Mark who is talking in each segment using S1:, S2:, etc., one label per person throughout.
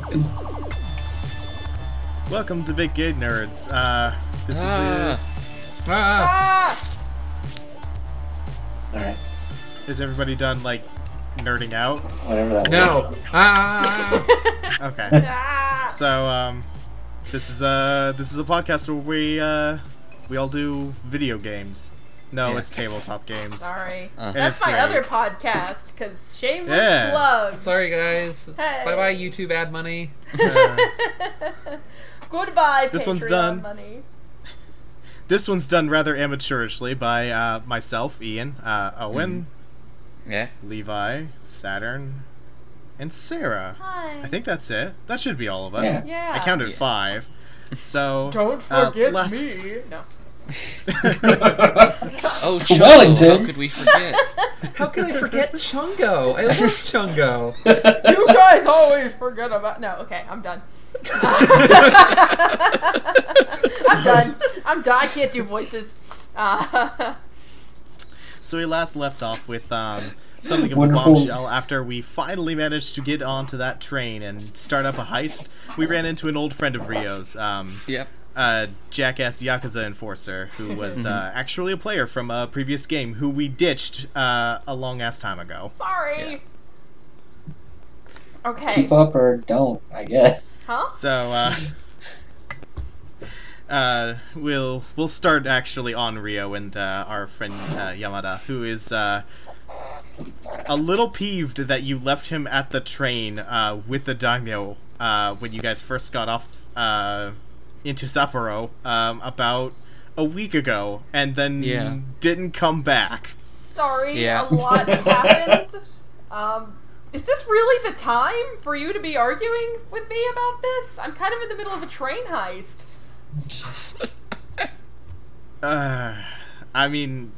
S1: happen.
S2: Welcome to Big Gay Nerds. Uh, this
S3: Ah,
S1: All right,
S2: is uh, is everybody done like nerding out?
S1: whatever that.
S3: no.
S1: was.
S3: Ah.
S2: Okay.
S4: Ah!
S2: so um, this is uh this is a podcast where we uh we all do video games. No,
S3: Yeah.
S2: it's tabletop games.
S4: Sorry.
S5: Uh.
S2: And
S4: That's
S2: it's
S4: my
S2: great.
S4: other podcast, because shameless
S2: Yes.
S4: love.
S3: Sorry, guys.
S4: Hey.
S3: Bye bye, YouTube ad money.
S2: Uh,
S4: Goodbye,
S2: This
S4: Patreon
S2: one's done.
S4: money.
S2: this one's done rather amateurishly by uh, myself, Ian, uh, Owen,
S5: Yeah.
S2: Levi, Saturn, and Sarah.
S4: Hi.
S2: I think that's it. That should be all of us.
S1: Yeah.
S4: Yeah.
S2: I counted
S5: Yeah.
S2: five. So
S4: Don't
S2: uh,
S4: forget
S2: last-
S4: me. No.
S5: Oh, Chuckle,
S1: Wellington.
S5: How could we forget?
S3: How can I forget Chungo? I love Chungo.
S4: You guys always forget about. No. Okay, I'm done. I'm done. I'm done. I can't do voices. Uh,
S2: So we last left off with um, something of
S1: Wonderful.
S2: a bombshell after we finally managed to get onto that train and start up a heist. We ran into an old friend of Rio's, um,
S5: Yep.
S2: a jackass Yakuza enforcer, who was uh, actually a player from a previous game who we ditched uh, a long ass time ago.
S4: sorry. Okay.
S1: Keep up or don't, I guess.
S4: Huh?
S2: So uh, uh, we'll we'll start actually on Rio and uh, our friend uh, Yamada, who is uh, a little peeved that you left him at the train uh, with the daimyo uh, when you guys first got off uh, into Sapporo um, about a week ago, and then
S5: Yeah.
S2: didn't come back.
S4: Sorry. A
S5: Yeah.
S4: lot happened. Um, is this really the time for you to be arguing with me about this? I'm kind of in the middle of a train heist.
S2: Uh, I mean,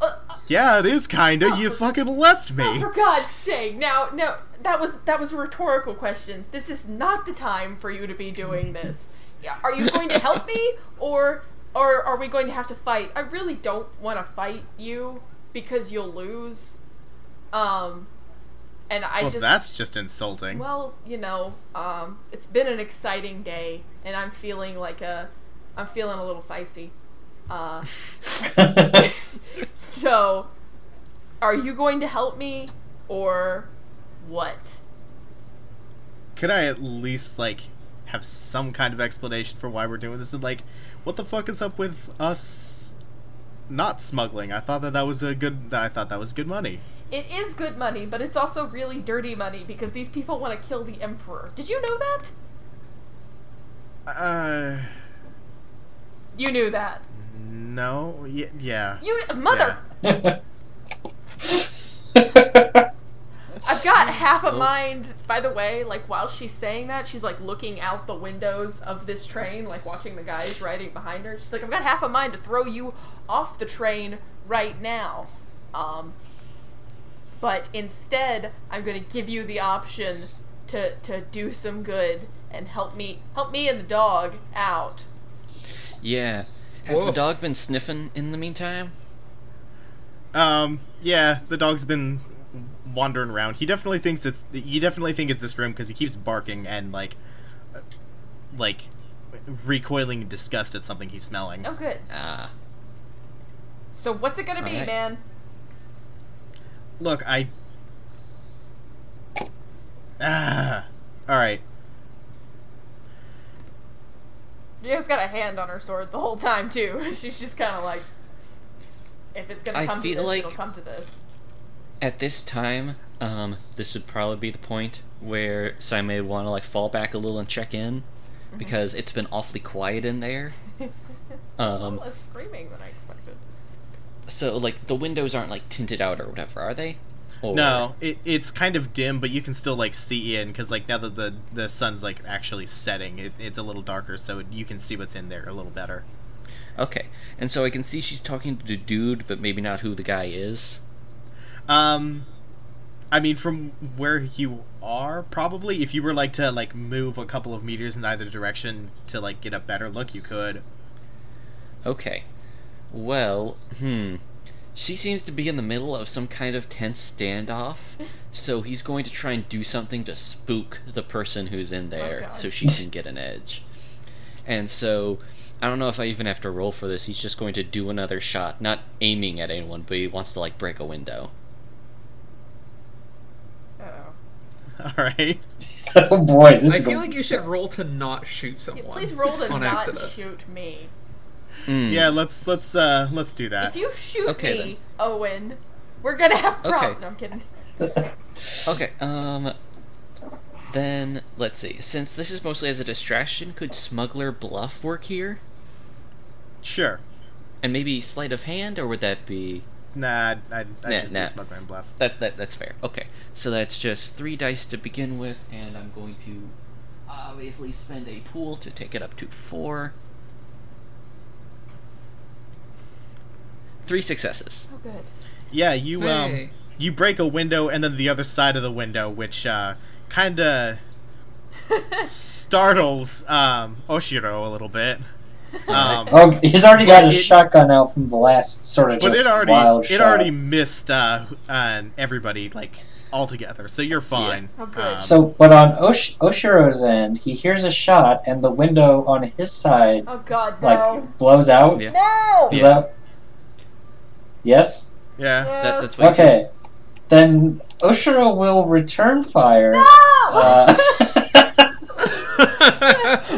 S4: Uh, uh,
S2: yeah, it is kinda. You fucking left me.
S4: For God's sake! Now, no, that was that was a rhetorical question. This is not the time for you to be doing this. Yeah, Are you going to help me, or or are we going to have to fight? I really don't want to fight you because you'll lose. Um, and I
S2: Well,
S4: just
S2: that's just insulting.
S4: well, you know, um, it's been an exciting day, and I'm feeling like a, I'm feeling a little feisty. Uh, so, are you going to help me, or what?
S2: could I at least like have some kind of explanation for why we're doing this? And like, what the fuck is up with us not smuggling? I thought that that was a good. I thought that was good money.
S4: It is good money, but it's also really dirty money because these people want to kill the emperor. Did you know that?
S2: Uh,
S4: You knew that.
S2: no. Y- yeah.
S4: You mother.
S1: That's
S4: I've got half a mind, by the way, like while she's saying that, she's like looking out the windows of this train, like watching the guys riding behind her. She's like, I've got half a mind to throw you off the train right now. Um, but instead, I'm gonna give you the option to to do some good and help me help me and the dog out.
S5: Yeah. Has the
S3: Woof.
S5: dog been sniffing in the meantime?
S2: Um. Yeah. The dog's been wandering around. He definitely thinks it's. You definitely think it's this room because he keeps barking and like, uh, like, recoiling in disgust at something he's smelling.
S4: Oh, good.
S5: Ah.
S4: So what's it gonna be,
S5: Alright.
S4: man?
S2: Look, I. Ah. All right.
S4: Rio's got a hand on her sword the whole time too. She's just kind of like, if it's gonna
S5: I
S4: come to
S5: feel
S4: this,
S5: like-
S4: it'll come to this.
S5: At this time, um, this would probably be the point where Simon may want to like fall back a little and check in, because it's been awfully quiet in there. Um,
S4: Oh, Less screaming than I expected.
S5: so like the windows aren't like tinted out or whatever, are they? Or,
S2: No, it, it's kind of dim, but you can still like see in because like now that the the sun's like actually setting, it, it's a little darker, so you can see what's in there a little better.
S5: Okay. And so I can see she's talking to the dude, but maybe not who the guy is.
S2: Um, I mean, from where you are, probably if you were like to like move a couple of meters in either direction to like get a better look, you could.
S5: Okay. Well, hmm. She seems to be in the middle of some kind of tense standoff, so he's going to try and do something to spook the person who's in there
S4: God.
S5: so she can get an edge. And so I don't know if I even have to roll for this. He's just going to do another shot, not aiming at anyone, but he wants to like break a window.
S4: Uh-oh.
S2: All right.
S1: oh boy, this
S3: I
S1: is the-
S3: feel like you should roll to not shoot
S4: Yeah,
S3: someone.
S4: please roll to
S3: on
S4: not
S3: accident.
S4: shoot me.
S5: Mm.
S2: Yeah, let's let's uh let's do that.
S4: If you shoot
S5: Okay,
S4: me, Owen, we're gonna have
S5: Okay.
S4: problems. No, I'm kidding.
S5: Okay. Um. Then let's see. Since this is mostly as a distraction, could smuggler bluff work here?
S2: Sure.
S5: And maybe sleight of hand, or would that be
S2: Nah, I'd, I'd, I'd
S5: Nah,
S2: just
S5: nah.
S2: do smuggler and bluff.
S5: that, that? That's fair. Okay. So that's just three dice to begin with, and I'm going to obviously spend a pool to take it up to four. Three successes.
S4: Oh, good.
S2: Yeah, you um
S3: Hey.
S2: you break a window and then the other side of the window, which uh kind of startles um Oshiro a little bit. Um,
S1: Oh, he's already got
S2: But
S1: his
S2: it-
S1: shotgun out from the last sort of
S2: but
S1: just
S2: it already
S1: wild
S2: it
S1: shot.
S2: already missed uh, uh everybody like altogether, so you're fine.
S4: Oh, good.
S3: uh,
S2: Um,
S1: So, but on Osh- Oshiro's end, he hears a shot, and the window on his side
S4: Oh God,
S1: like
S4: no,
S1: blows out.
S5: Yeah.
S4: no.
S1: Is that- Yes.
S2: yeah.
S5: That, that's what he said.
S1: Okay. Then Oshiro will return fire
S4: No.
S1: uh,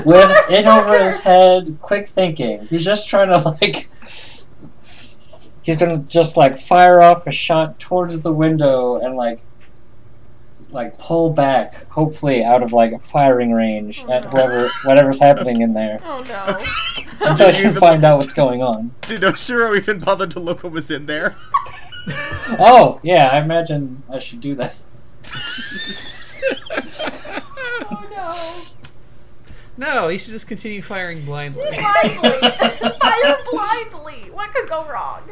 S1: with it over his
S4: Motherfucker!
S1: head. Quick thinking. He's just trying to like. He's gonna just like fire off a shot towards the window and like, like pull back, hopefully out of like firing range
S4: Oh,
S1: at
S4: no.
S1: whatever whatever's happening in there
S4: oh no.
S1: until I
S2: Did you
S1: can
S2: even-
S1: find out what's going on.
S2: Did Oshiro even bother to look what was in there?
S1: Oh yeah, I imagine I should do that.
S4: Oh no.
S3: no, you should just continue firing blindly.
S4: Blindly. Fire blindly. What could go wrong?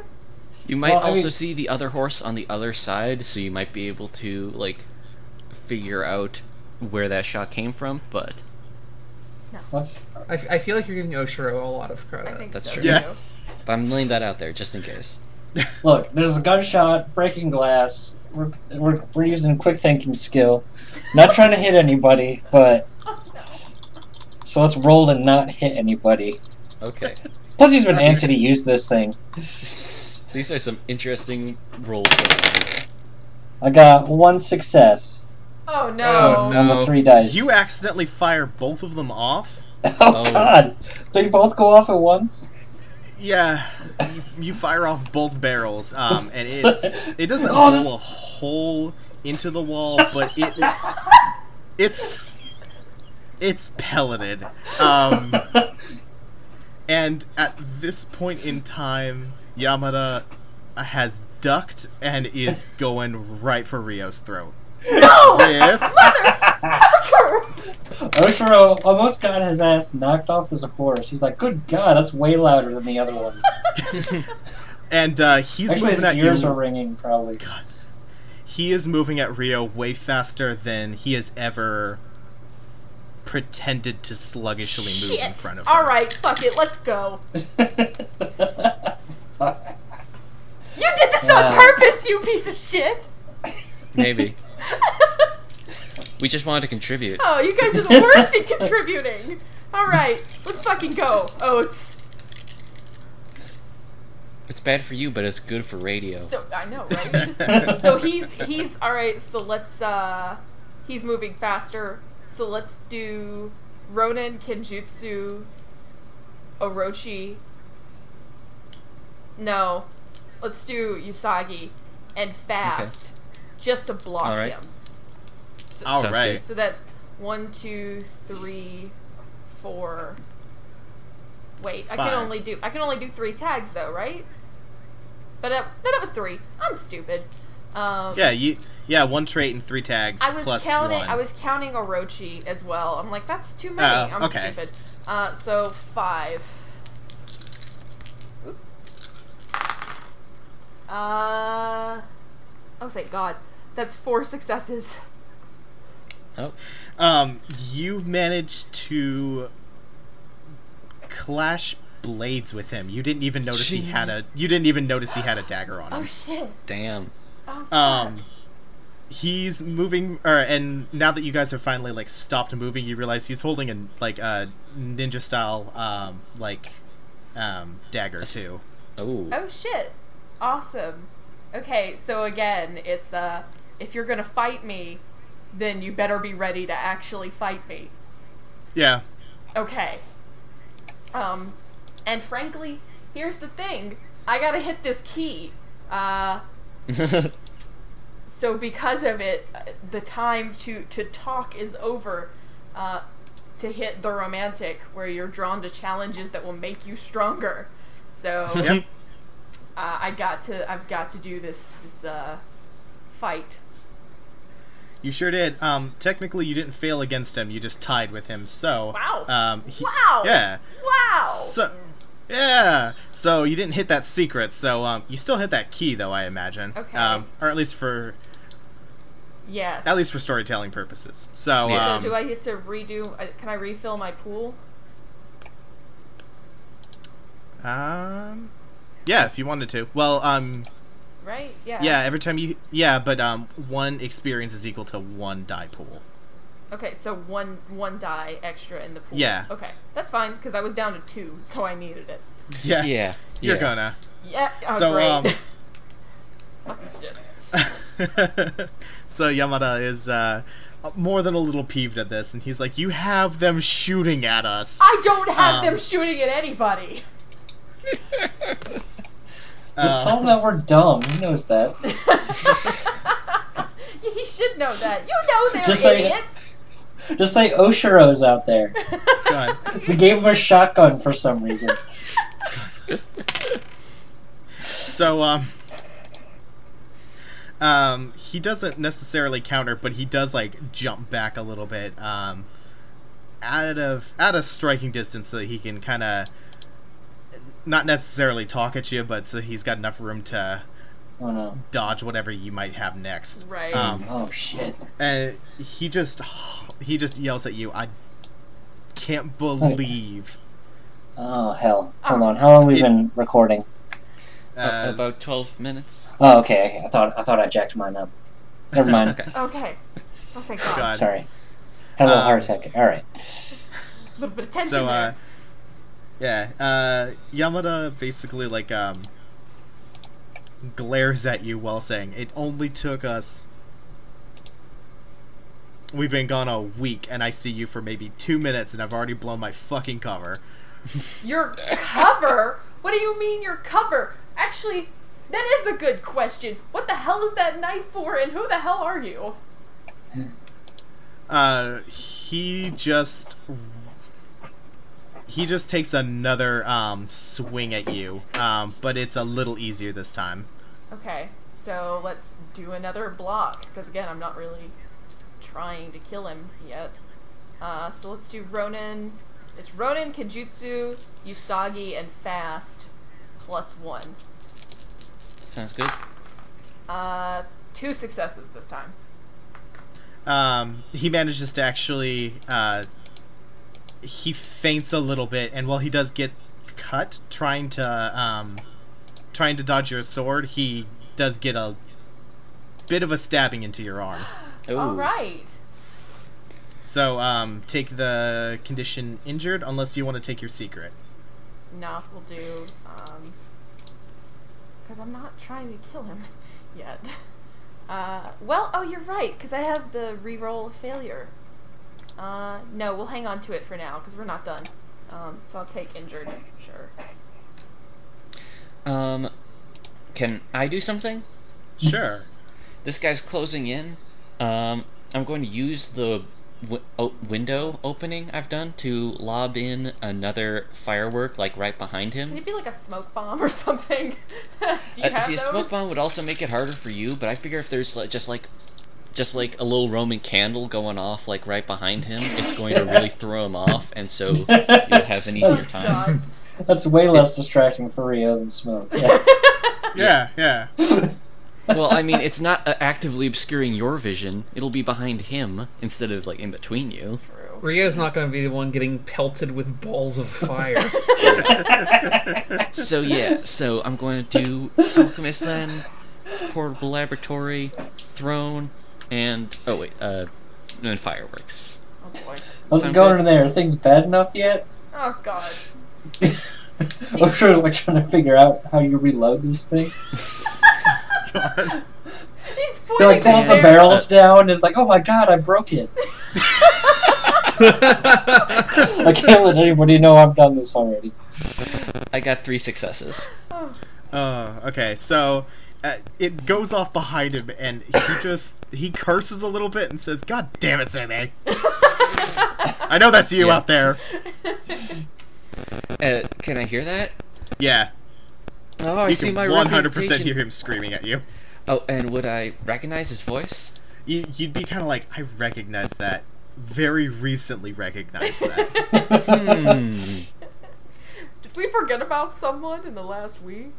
S5: You might
S1: Well, I
S5: also
S1: mean-
S5: see the other horse on the other side, so you might be able to like figure out where that shot came from. But
S1: What's
S3: I, f- I feel like you're giving Oshiro a lot of
S4: I
S2: Uh,
S3: credit.
S4: think
S5: That's
S4: so,
S5: true.
S2: Yeah.
S4: too.
S5: but I'm laying that out there just in case.
S1: Look, there's a gunshot, breaking glass. We're, we're, we're using quick thinking skill. Not trying to hit anybody, but. So let's roll and not hit anybody.
S5: Okay,
S1: Plus, he's been antsy to use this thing.
S5: these are some interesting rolls. going on here.
S1: I got one success
S4: Oh no.
S3: Oh, no.
S1: on the three dice.
S2: You accidentally fire both of them off.
S1: Oh,
S5: Oh.
S1: god! They both go off at once?
S2: Yeah, you, you fire off both barrels, um, and it it doesn't
S1: Oh,
S2: roll
S1: this-
S2: a hole into the wall, but it it's it's pelleted. Um, and at this point in time, Yamada has ducked and is going right for Rio's throat.
S4: No!
S2: With
S4: Motherfucker!
S1: Oshiro almost got his ass knocked off his horse. He's like, good god, that's way louder than the other one.
S2: and uh, he's
S1: Actually, his
S2: moving at
S1: ears
S2: you.
S1: are ringing, probably.
S2: he is moving at Rio way faster than he has ever pretended to sluggishly move in
S4: Shit.
S2: front of
S4: All
S2: her.
S4: right, fuck it, let's go. You did this on
S1: Yeah.
S4: purpose, you piece of shit.
S5: Maybe we just wanted to contribute.
S4: Oh, you guys are the worst at contributing. All right, let's fucking go. Oh, it's
S5: It's bad for you, but it's good for radio.
S4: so I know, right? so he's he's all right. So let's uh, he's moving faster. So let's do Ronin Kenjutsu, Orochi. No, let's do Usagi, and fast, just to block
S5: All right.
S4: him. So,
S2: All
S5: Sounds
S2: right.
S4: so that's one, two, three, four. Wait, I
S2: Five.
S4: can only do I can only do three tags though, right? But uh, no, that was three. I'm stupid. Um,
S2: Yeah, you. Yeah, one trait and three tags
S4: I was
S2: plus
S4: counting.
S2: one.
S4: I was counting Orochi as well. I'm like, that's too many.
S2: Oh,
S4: I'm
S2: okay.
S4: stupid. Uh, so five. Oop. Uh, oh, thank God. That's four successes.
S5: Oh,
S2: Um, you managed to clash blades with him. You didn't even notice he had a. You didn't even notice he had a dagger on him.
S4: Oh shit.
S5: Damn.
S4: Oh,
S2: Um, he's moving, or and now that you guys have finally like stopped moving, you realize he's holding a like a ninja style um like um dagger
S5: That's-
S2: too.
S5: Oh.
S4: Oh shit. Awesome. Okay, so again, it's uh if you're gonna fight me, then you better be ready to actually fight me.
S2: Yeah,
S4: Okay. Um and frankly, here's the thing. I gotta hit this key. Uh so because of it, uh, the time to to talk is over. Uh, to hit the romantic, where you're drawn to challenges that will make you stronger. So
S2: Yep.
S4: uh, I got to I've got to do this this uh, fight.
S2: you sure did. Um, technically you didn't fail against him. You just tied with him. So
S4: Wow.
S2: Um, he-
S4: Wow.
S2: Yeah.
S4: Wow.
S2: So. Yeah, so you didn't hit that secret, so um, you still hit that key, though I imagine,
S4: Okay.
S2: um, or at least for
S4: yes.
S2: at least for storytelling purposes. So,
S4: so
S2: um,
S4: do I get to redo? Uh, can I refill my pool?
S2: Um, yeah, if you wanted to. Well, um,
S4: Right. Yeah.
S2: yeah, every time you, yeah, but um, one experience is equal to one die pool.
S4: Okay. So one one die extra in the pool.
S2: Yeah.
S4: Okay, that's fine because I was down to two, so I needed it.
S2: Yeah,
S5: yeah.
S2: you're
S5: yeah.
S2: gonna.
S4: Yeah. Oh,
S2: So,
S4: great.
S2: um,
S4: Fucking shit.
S2: so Yamada is uh, more than a little peeved at this, and he's like, "You have them shooting at us."
S4: I don't have
S2: um,
S4: them shooting at anybody.
S1: Just tell
S2: Uh,
S1: him that we're dumb. He knows that.
S4: he should know that. You know they're
S1: Just so you-
S4: idiots.
S1: Just say Oshiro's out there.
S2: God.
S1: We gave him a shotgun for some reason.
S2: So um, um, he doesn't necessarily counter, but he does like jump back a little bit, um, out of out of striking distance so that he can kind of not necessarily talk at you, but so he's got enough room to
S1: Oh no.
S2: dodge whatever you might have next.
S4: Right.
S2: Um,
S1: Oh shit.
S2: and he just he just yells at you. I can't believe.
S1: Oh hell. Hold on. How long we
S2: It-
S1: been recording?
S5: A-
S2: Uh,
S5: about 12 minutes.
S1: Oh okay. I thought I thought I jacked mine up. Never mind.
S5: Okay. Uh,
S4: Okay. Oh, thank God.
S2: God.
S1: Sorry. Had a little
S2: Um,
S1: heart attack. All right.
S4: A little bit of tension
S2: so uh
S4: there.
S2: yeah uh yamada basically like um glares at you while saying it only took us we've been gone a week and i see you for maybe two minutes and i've already blown my fucking cover
S4: Your cover? What do you mean your cover? Actually, that is a good question. What the hell is that knife for, and who the hell are you?
S2: uh he just he just takes another um swing at you um but it's a little easier this time
S4: Okay, so let's do another block, because again, I'm not really trying to kill him yet. Uh, so let's do Ronin. It's Ronin, Kenjutsu, Usagi, and Fast, plus one.
S5: Sounds good.
S4: Uh, two successes this time.
S2: um, he manages to actually uh, he faints a little bit and while he does get cut trying to um, trying to dodge your sword he does get a bit of a stabbing into your arm
S5: Ooh.
S4: All right.
S2: so um, take the condition injured unless you want to take your secret
S4: Nah, will do. Um, because I'm not trying to kill him yet. Uh, well, oh, you're right, because I have the reroll of failure. Uh, no, we'll hang on to it for now, because we're not done. Um, so I'll take injured, sure.
S5: Um, can I do something?
S2: sure
S5: This guy's closing in. Um, I'm going to use the w- o- window opening I've done to lob in another firework, like right behind
S4: Can
S5: him.
S4: it be like a smoke bomb or something? Do you
S5: Uh,
S4: have
S5: see, a
S4: those?
S5: smoke bomb would also make it harder for you, but I figure if there's like, just like, just like a little Roman candle going off like right behind him, it's going to really throw him off, and so you'll have an easier time.
S4: God.
S1: That's way less distracting for Rio than smoke. Yeah.
S2: yeah yeah
S5: Well, I mean, it's not uh, actively obscuring your vision; it'll be behind him instead of like in between you.
S4: True. true.
S3: Rio's not going to be the one getting pelted with balls of fire.
S4: Oh,
S5: So yeah, so I'm going to do Alchemist then, portable laboratory, throne, and oh wait, uh, and fireworks.
S4: Oh boy.
S1: How's it
S5: Sound
S1: going
S5: good?
S1: in there? Are things bad enough yet?
S4: Oh god.
S1: I'm sure like trying to figure out how you reload this thing.
S2: God.
S4: He's
S1: They
S4: pointing
S1: like pulls the
S4: there.
S1: barrels down and it's like, oh my god, I broke it. I can't let anybody know I've done this already.
S5: I got three successes.
S2: Oh, okay. So uh, it goes off behind him, and he just he curses a little bit and says, "God damn it, Sammy! I know that's you
S5: Yeah.
S2: out there."
S5: Uh, can I hear that?
S2: Yeah,
S5: Oh, I
S2: you
S5: see
S2: can
S5: my
S2: one hundred percent
S5: reputation.
S2: hear him screaming at you.
S5: Oh, and would I recognize his voice?
S2: you you'd be kind of like, "I recognize that. Very recently recognized that."
S5: Hmm.
S4: Did we forget about someone in the last week?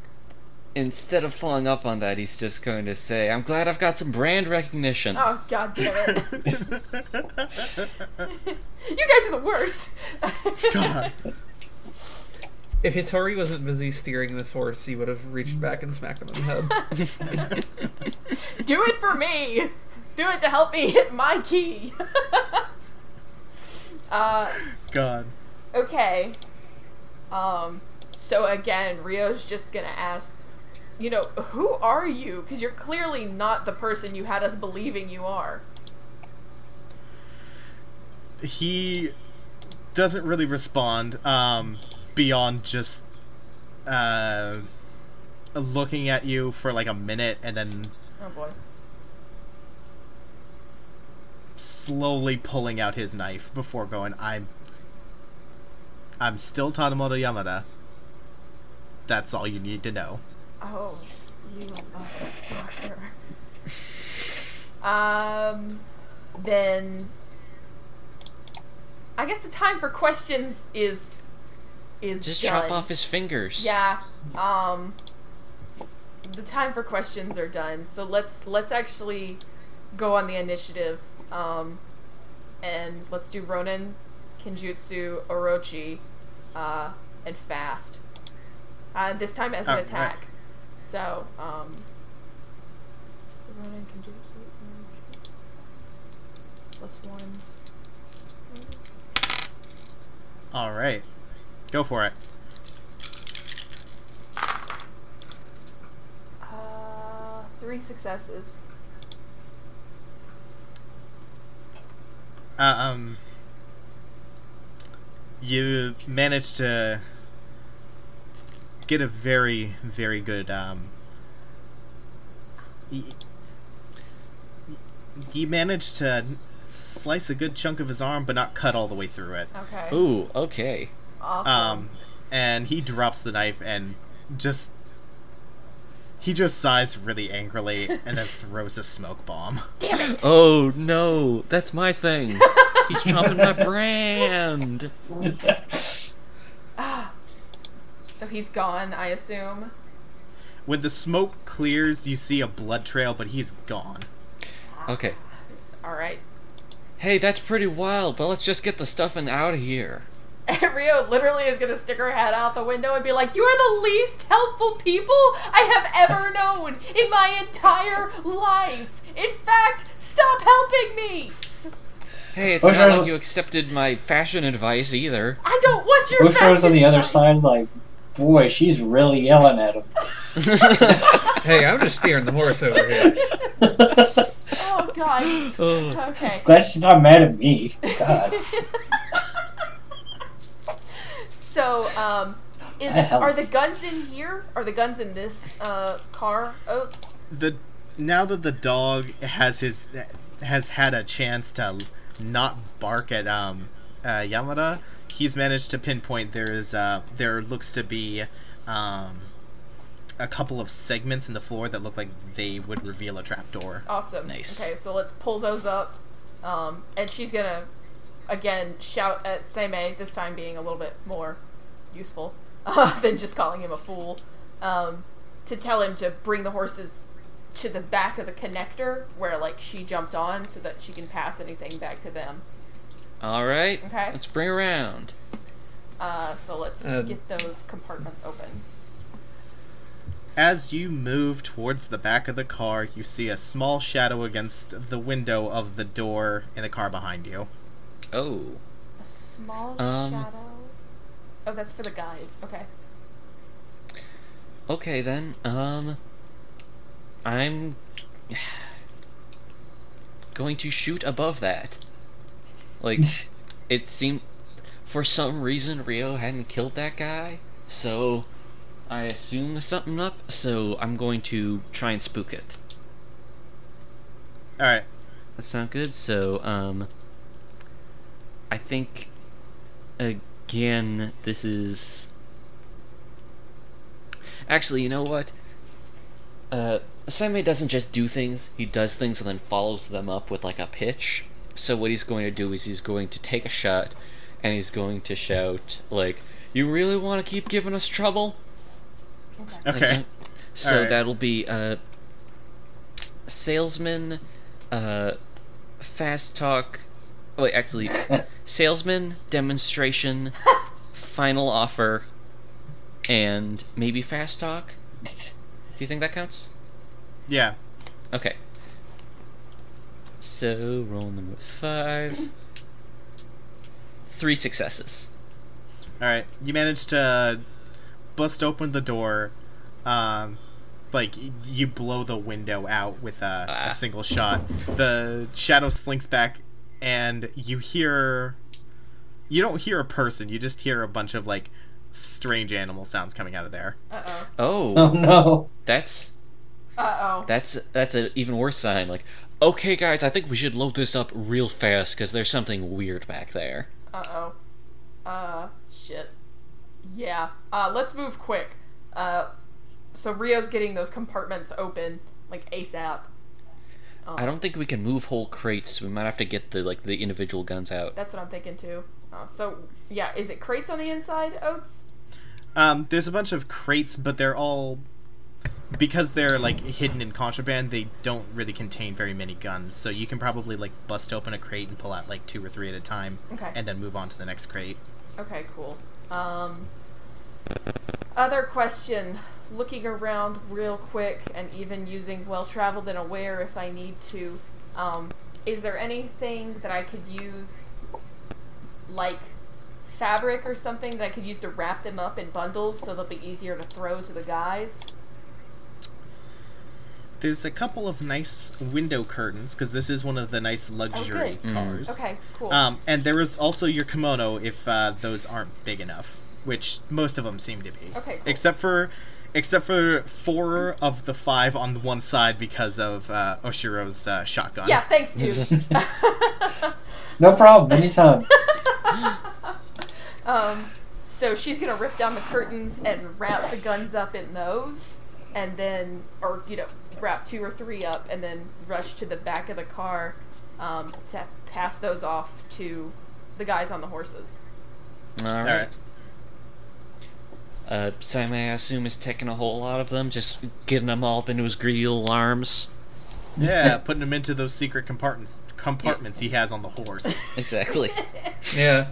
S5: Instead of following up on that, he's just going to say, "I'm glad I've got some brand recognition."
S4: Oh god damn it. you guys are the worst.
S2: God.
S3: if Hitori wasn't busy steering this horse, he would have reached back and smacked him in the head.
S4: Do it for me. Do it to help me hit my key. uh,
S2: God.
S4: okay. Um, so again, Rio's just gonna ask, you know, who are you? Because you're clearly not the person you had us believing you are.
S2: he doesn't really respond um, beyond just uh, looking at you for like a minute and then
S4: Oh boy.
S2: slowly pulling out his knife before going i'm i'm still tadamoto yamada that's all you need to know
S4: Oh, you motherfucker. um, then I guess the time for questions is is
S5: Just
S4: done.
S5: chop off his fingers.
S4: Yeah. Um, the time for questions are done, so let's let's actually go on the initiative. Um, and let's do Ronin, Kinjutsu, Orochi, uh, and fast. Uh, this time as an
S2: Oh, right.
S4: attack. So, um, so Ronin, Kinjutsu, Orochi. Plus one.
S2: all right go for it
S4: Uh, three successes.
S2: Uh, um, you managed to get a very, very good. Um, y- y- you managed to slice a good chunk of his arm, but not cut all the way through it.
S4: Okay.
S5: Ooh, okay.
S4: Awesome.
S2: Um, and he drops the knife and just. He just sighs really angrily and then throws a smoke bomb.
S4: Damn it!
S5: Oh no, that's my thing. He's chopping my brand.
S4: So he's gone, I assume.
S2: When the smoke clears, you see a blood trail, but he's gone.
S5: Okay.
S4: All right.
S5: Hey, that's pretty wild, but let's just get the stuffing out of here.
S4: Rio literally is gonna stick her head out the window and be like, "You are the least helpful people I have ever known in my entire life. In fact, stop helping me.
S5: Hey, it's
S1: Oh,
S5: not
S1: sure.
S5: like you accepted my fashion advice either.
S4: I don't want your."
S1: Bushro's on
S4: fashion
S1: the other
S4: advice."
S1: side's like, boy, she's really yelling at him.
S3: hey, I'm just steering the horse over here.
S4: Oh God.
S5: Ugh.
S4: Okay.
S1: Glad she's not mad at me. God.
S4: So, um, is
S1: The hell?
S4: are the guns in here? Are the guns in this uh, car, Oats?
S2: the now that the dog has his has had a chance to not bark at um uh, Yamada, he's managed to pinpoint there is uh there looks to be um a couple of segments in the floor that look like they would reveal a trapdoor.
S4: Awesome.
S5: Nice.
S4: Okay, so let's pull those up. Um, and she's gonna again shout at Seimei, this time being a little bit more useful than just calling him a fool. Um, to tell him to bring the horses to the back of the connector where like she jumped on so that she can pass anything back to them.
S5: All right.
S4: Okay.
S5: Let's bring around.
S4: Uh, so let's
S3: Uh,
S5: Um,
S4: get those compartments open.
S2: As you move towards the back of the car, you see a small shadow against the window of the door in the car behind you.
S5: Oh.
S4: A small
S5: Um,
S4: shadow. Oh, that's for the guys. Okay.
S5: Okay then. Um. I'm going to shoot above that. Like it seemed for some reason Rio hadn't killed that guy, so I assume there's something up. So I'm going to try and spook it.
S2: All right.
S5: That sound good? So, um, I think again, this is actually, you know what? Uh, Saimei doesn't just do things; he does things and then follows them up with like a pitch. So what he's going to do is he's going to take a shot, and he's going to shout like, "You really want to keep giving us trouble?"
S4: Okay.
S2: Okay.
S5: That's not- So
S2: Alright.
S5: that'll be uh, salesman, uh, fast talk. oh, Wait, actually, salesman demonstration, final offer, and maybe fast talk. Do you think that counts?
S2: Yeah.
S5: Okay. So roll number five. Three successes.
S2: All right. You manage to bust open the door. Um, like y- you blow the window out with a,
S5: Ah.
S2: a single shot. The shadow slinks back, and you hear. You don't hear a person. You just hear a bunch of like strange animal sounds coming out of there.
S4: Uh oh.
S1: oh
S5: Oh,
S1: no.
S5: that's
S4: Uh oh.
S5: That's that's an even worse sign. Like, okay, guys, I think we should load this up real fast because there's something weird back there.
S4: Uh oh. Uh shit. Yeah. Uh, let's move quick. Uh, so Rio's getting those compartments open like ASAP.
S5: I don't think we can move whole crates. so We might have to get the like the individual guns out.
S4: That's what I'm thinking too. Uh, so yeah, is it crates on the inside, Oats?
S2: Um, there's a bunch of crates, but they're all because they're like hidden in contraband. They don't really contain very many guns, so you can probably like bust open a crate and pull out like two or three at a time,
S4: Okay.
S2: and then move on to the next crate.
S4: Okay, cool. Um, other question. Looking around real quick and even using well traveled and aware if I need to, um, is there anything that I could use, like fabric or something, that I could use to wrap them up in bundles so they'll be easier to throw to the guys?
S2: There's a couple of nice window curtains because this is one of the nice luxury
S4: Oh, good.
S5: Mm.
S2: cars.
S4: Okay, cool.
S2: Um, and there is also your kimono if uh, those aren't big enough, which most of them seem to be.
S4: Okay, cool.
S2: Except for, except for four of the five on one side because of uh, Oshiro's uh, shotgun.
S4: yeah, thanks, dude.
S1: No problem. Anytime.
S4: Um, so she's gonna rip down the curtains and wrap the guns up in those, and then, or you know, wrap two or three up, and then rush to the back of the car um, to pass those off to the guys on the horses.
S5: All
S2: All
S5: right. Uh, Sam, I assume is taking a whole lot of them, just getting them all up into his greedy little arms.
S2: Yeah, putting him into those secret compartments compartments he has on the horse.
S5: Exactly.
S3: Yeah.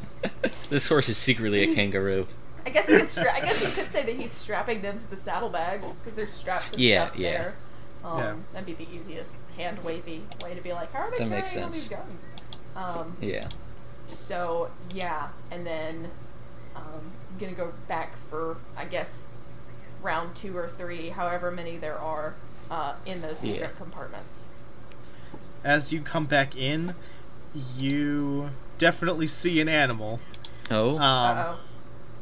S5: this horse is secretly a kangaroo.
S4: I guess you could. Stra- I guess you could say that he's strapping them to the saddlebags because there's straps and
S5: Yeah,
S4: stuff
S5: yeah.
S4: there. Um,
S2: Yeah.
S4: That'd be the easiest hand wavy way to be like, how are they carrying
S5: That makes
S4: all these guns? Um,
S5: Yeah.
S4: So yeah, and then um, I'm gonna go back for I guess round two or three, however many there are uh, in those secret
S5: Yeah.
S4: compartments.
S2: As you come back in, you definitely see an animal
S5: Oh.
S2: um,
S4: Uh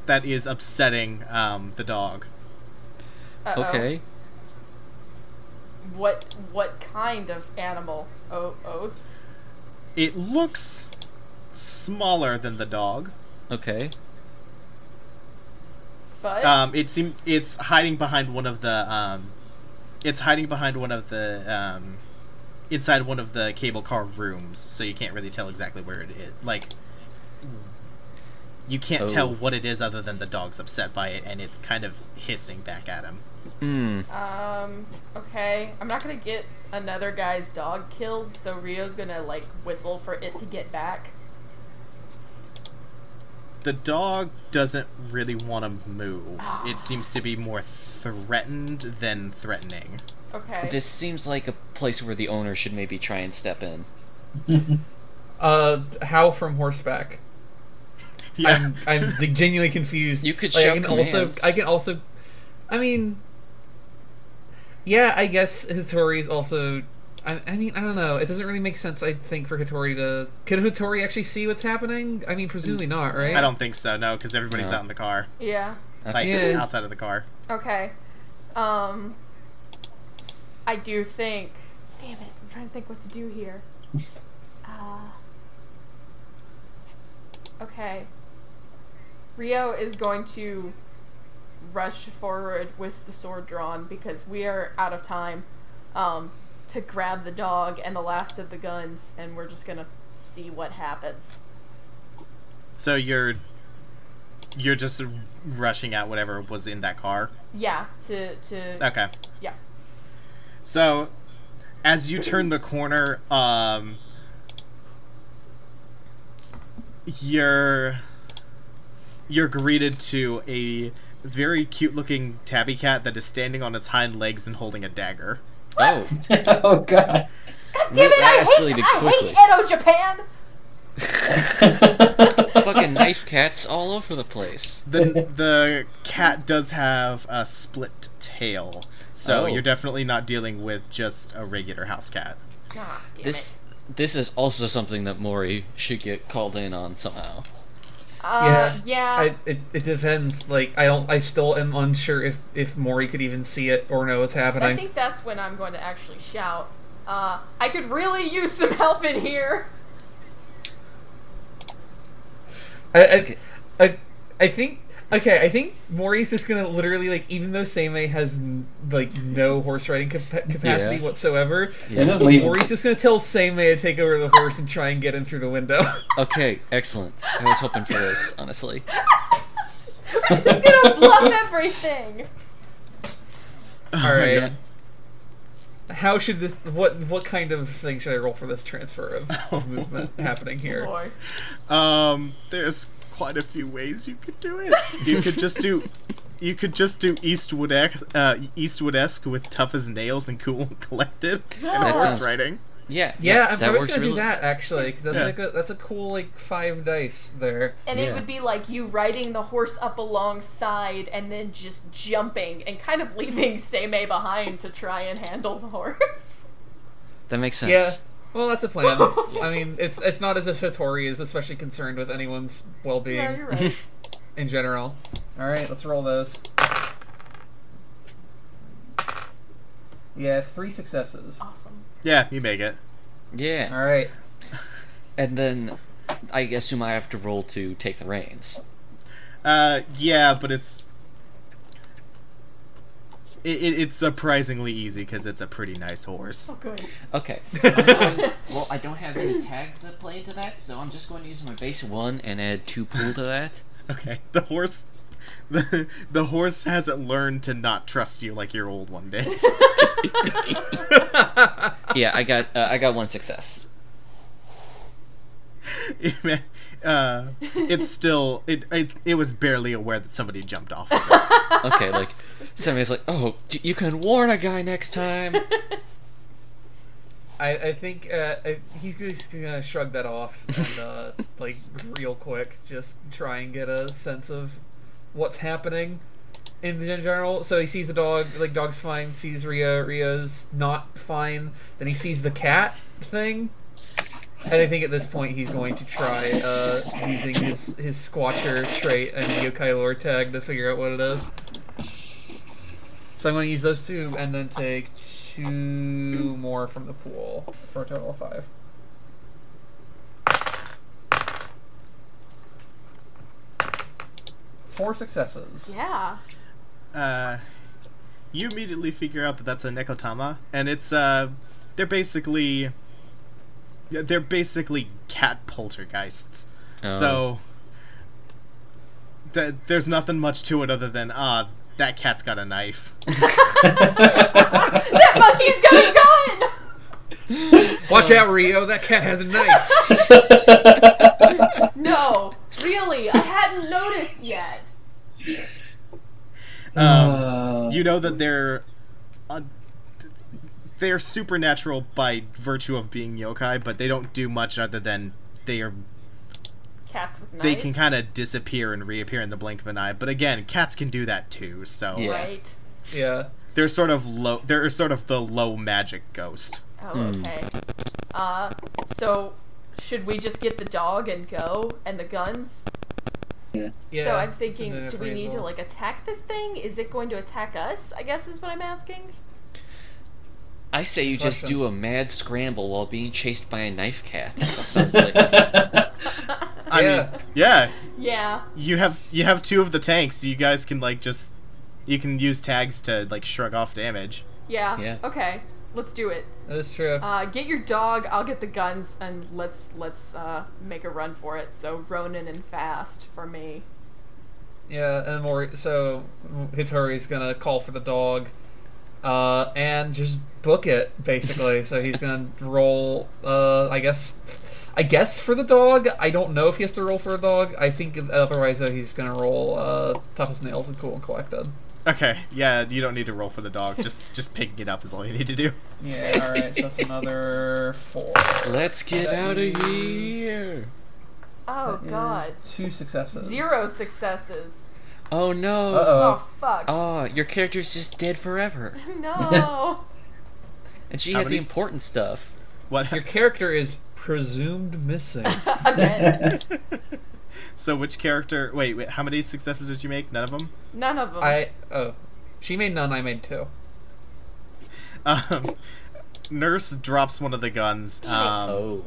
S2: that is upsetting um, the dog.
S4: oh. Uh oh.
S5: okay.
S4: What what kind of animal? Oh, oats.
S2: It looks smaller than the dog.
S5: Okay.
S4: But
S2: Um, it seem it's hiding behind one of the um, it's hiding behind one of the um, inside one of the cable car rooms, so you can't really tell exactly where it is. Like, you can't
S5: Oh.
S2: tell what it is other than the dog's upset by it, and it's kind of hissing back at him.
S5: Hmm.
S4: um, okay. I'm not gonna get another guy's dog killed, so Rio's gonna like whistle for it to get back.
S2: the dog doesn't really want to move. It seems to be more threatened than threatening.
S4: Okay.
S5: This seems like a place where the owner should maybe try and step in.
S3: Uh, how from horseback?
S2: Yeah.
S3: I'm I'm genuinely confused.
S5: You could
S3: Like,
S5: shout
S3: I can also
S5: commands.
S3: I can also I mean Yeah, I guess Hitori is also I, I mean, I don't know. It doesn't really make sense, I think, for Hitori to. Can Hitori actually see what's happening? I mean, presumably not, right?
S2: Mm, I don't think so, no, because everybody's
S5: No.
S2: out in the car.
S4: yeah.
S2: Like,
S3: Yeah.
S2: outside of the car.
S4: Okay. Um. I do think. Damn it! I'm trying to think what to do here. Uh. Okay. Rio is going to rush forward with the sword drawn because we are out of time. Um, to grab the dog and the last of the guns, and we're just gonna see what happens.
S2: So you're. You're just rushing out whatever was in that car.
S4: Yeah. To
S5: Uh,
S4: to.
S2: Okay.
S4: Yeah.
S2: So, as you turn the corner, um, you're you're greeted to a very cute-looking tabby cat that is standing on its hind legs and holding a dagger.
S5: Oh,
S1: oh god.
S4: Damn it! I
S5: that escalated
S4: hate I hate
S5: quickly.
S4: Edo Japan.
S5: Oh, fucking knife cats all over the place.
S2: The the cat does have a split tail, so
S5: Oh.
S2: you're definitely not dealing with just a regular house cat.
S4: Ah, damn
S5: This
S4: it.
S5: this is also something that Mori should get called in on somehow.
S4: Uh,
S3: Yeah.
S4: yeah.
S3: I, it, it depends. Like I don't. I still am unsure if if Mori could even see it or know what's
S4: I
S3: happening.
S4: think that's when I'm going to actually shout. Uh, I could really use some help in here.
S3: I, I, I, I think okay. I think Maury's just gonna literally like, even though Seimei has n- like no horse riding capa- capacity
S5: Yeah.
S3: whatsoever,
S1: Yeah, just leave him.
S3: Maury's just gonna tell Seimei to take over the horse and try and get in through the window.
S5: Okay, excellent. I was hoping for this, honestly.
S4: It's gonna bluff everything.
S3: All right. How should this? What what kind of thing should I roll for this transfer of, of movement happening here?
S4: Boy.
S2: Um, there's quite a few ways you could do it. You could just do, you could just do Eastwood ex, uh, Eastwood esque with tough as nails and cool and collected and
S4: That
S2: horse
S5: sounds-
S2: riding.
S5: Yeah,
S3: Yeah, I'm
S5: that
S3: probably
S5: works
S3: just gonna
S5: really-
S3: do that actually, because that's
S2: Yeah.
S3: like a that's a cool like five dice there.
S4: And
S5: Yeah.
S4: it would be like you riding the horse up alongside and then just jumping and kind of leaving Seimei behind to try and handle the horse.
S5: That makes sense.
S3: Yeah. Well, that's a plan. I mean, it's it's not as if Hitori is especially concerned with anyone's well being
S4: Yeah, you're right.
S3: in general. All right, let's roll those. Yeah, three successes.
S4: awesome.
S2: Yeah, you make it.
S5: Yeah.
S3: All right.
S5: And then I assume I have to roll to take the reins.
S2: Uh, yeah, but it's it, it, it's surprisingly easy because it's a pretty nice horse.
S4: Oh, good.
S5: Okay. I'm going- well, I don't have any tags that play into that, so I'm just going to use my base one and add two pool to that.
S2: Okay, the horse. The, the horse hasn't learned to not trust you like your old one did.
S5: Yeah, I got uh, I got one success.
S2: uh, it's still it, it it was barely aware that somebody jumped off of it.
S5: Okay, like somebody's like, oh, d- you can warn a guy next time.
S3: I, I think uh, I, he's just gonna shrug that off and uh, like real quick, just try and get a sense of what's happening in the general. So he sees the dog, like dog's fine. Sees Rio, Rio's not fine. Then he sees the cat thing, and I think at this point he's going to try uh, using his his squatcher trait and yokai lore tag to figure out what it is. So I'm going to use those two and then take two more from the pool for a total of five. Four successes.
S4: Yeah.
S2: uh, you immediately figure out that that's a nekotama, and it's uh, they're basically they're basically cat poltergeists.
S5: Oh.
S2: So th- there's nothing much to it other than ah, that cat's got a knife.
S4: That monkey's got a gun!
S3: Watch out, Rio! That cat has a knife.
S4: No, really, I had one noticed yet.
S2: Um,
S1: Uh,
S2: you know that they're uh, d- they're supernatural by virtue of being yokai, but they don't do much other than they are
S4: Cats with knives.
S2: they can kind of disappear and reappear in the blink of an eye. But again, cats can do that too. So
S5: Yeah.
S4: Right.
S3: Yeah.
S2: they're sort of low. They're sort of the low magic ghost.
S4: Oh,
S5: Hmm.
S4: okay. Uh, so should we just get the dog and go and the guns?
S1: Yeah.
S4: so
S3: Yeah,
S4: I'm
S3: it's
S4: thinking,
S3: an
S4: do we need to
S3: appraisal.
S4: like attack this thing? Is it going to attack us? I guess is what I'm asking.
S5: I say you just
S3: Question.
S5: do a mad scramble while being chased by a knife cat. Sounds like
S2: I
S3: Yeah.
S2: mean, yeah,
S4: yeah.
S2: you have you have two of the tanks. So you guys can like just you can use tags to like shrug off damage.
S4: Yeah.
S5: Yeah.
S4: Okay. Let's do it.
S3: That is true.
S4: Uh, get your dog. I'll get the guns, and let's let's uh, make a run for it. So Ronin and fast for me.
S3: Yeah, and Mori- so Hitori's gonna call for the dog, uh, and just book it basically. so he's gonna roll. Uh, I guess, I guess for the dog. I don't know if he has to roll for a dog. I think otherwise though he's gonna roll uh, tough as nails and cool and collected.
S2: Okay, yeah, you don't need to roll for the dog. Just just picking it up is all you need to do.
S3: Yeah. All right. So that's another four.
S5: let's get out of here.
S4: Oh God.
S3: Two successes.
S4: Zero successes.
S5: Oh no.
S3: Uh
S4: Oh fuck.
S5: Oh, your character's just dead forever.
S4: No.
S5: And she
S2: How
S5: had the
S2: many s-
S5: important stuff.
S2: What?
S3: Your character is presumed missing.
S4: Again.
S2: so which character? Wait, wait, how many successes did you make? None of them.
S4: None of them.
S3: I oh, she made none. I made two.
S2: Um, nurse drops one of the guns. Um,
S5: Oh.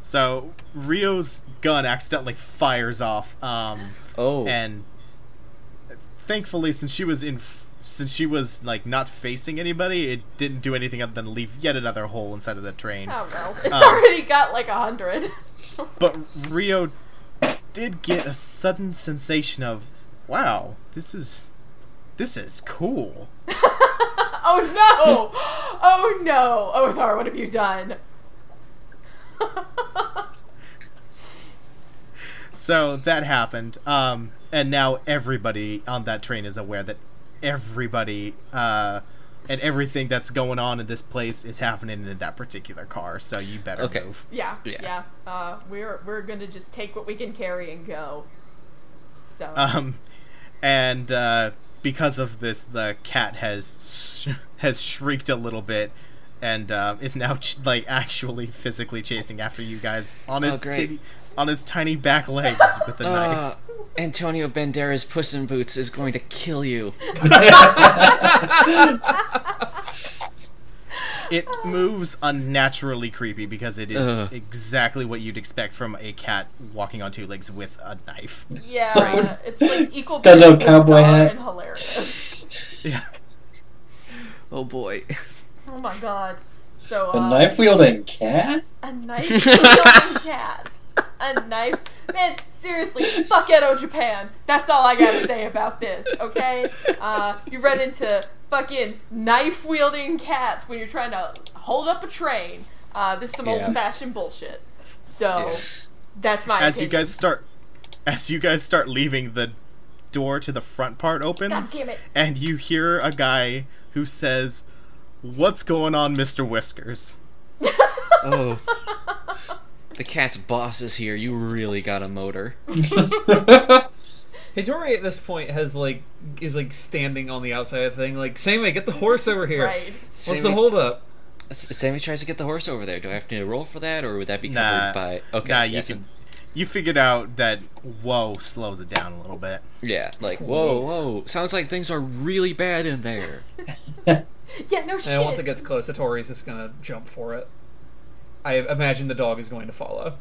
S2: so Rio's gun accidentally fires off. Um,
S5: Oh.
S2: and thankfully, since she was in, f- since she was like not facing anybody, it didn't do anything other than leave yet another hole inside of the train.
S4: Oh well. It's
S2: Um,
S4: already got like a hundred.
S2: But Rio did get a sudden sensation of, wow, this is, this is cool.
S4: oh no! Oh no! Othar, what have you done?
S2: So that happened. Um, and now everybody on that train is aware that everybody uh, and everything that's going on in this place is happening in that particular car. So you better
S5: Okay.
S2: move.
S4: yeah,
S5: Yeah.
S4: yeah. Uh, we're we're gonna just take what we can carry and go. So
S2: Um, and uh, because of this, the cat has sh- has shrieked a little bit. And um, is now ch- like actually physically chasing after you guys on
S5: Oh,
S2: its
S5: great.
S2: titty- on its tiny back legs with a
S5: Uh,
S2: knife.
S5: Antonio Banderas Puss in Boots is going to kill you.
S2: It moves unnaturally creepy because it is
S5: Ugh.
S2: exactly what you'd expect from a cat walking on two legs with a knife.
S4: yeah, it's like equal
S1: Got a little
S4: parts
S1: cowboy
S4: bizarre
S1: hat.
S4: and hilarious.
S2: Yeah.
S5: Oh boy.
S4: Oh my god! So uh,
S1: a knife wielding cat?
S4: a knife killing cat, a knife. Man, seriously, fuck Edo Japan. That's all I gotta say about this. Okay, uh, you run into fucking knife wielding cats when you're trying to hold up a train. Uh, this is some
S5: Yeah.
S4: old fashioned bullshit. So
S5: Yeah.
S4: that's my
S2: As you
S4: opinion.
S2: guys start as you guys start leaving the door to the front part
S4: God
S2: opens
S4: damn it!
S2: and you hear a guy who says, "What's going on, Mr. Whiskers?"
S5: Oh. The cat's boss is here. You really got a motor.
S3: Hitori at this point has like is like standing on the outside of the thing, like Samei, get the horse over here.
S4: Right.
S3: What's
S5: Sammy,
S3: the hold up?
S5: S- Sammy tries to get the horse over there. Do I have to roll for that, or would that be covered
S2: Nah.
S5: by? Okay.
S2: Nah, you
S5: yes,
S2: can you figured out that whoa slows it down a little bit.
S5: Yeah. Like whoa, whoa. Sounds like things are really bad in there.
S4: Yeah, no shit.
S3: And once it gets close, Hitori's just gonna jump for it. I imagine the dog is going to follow.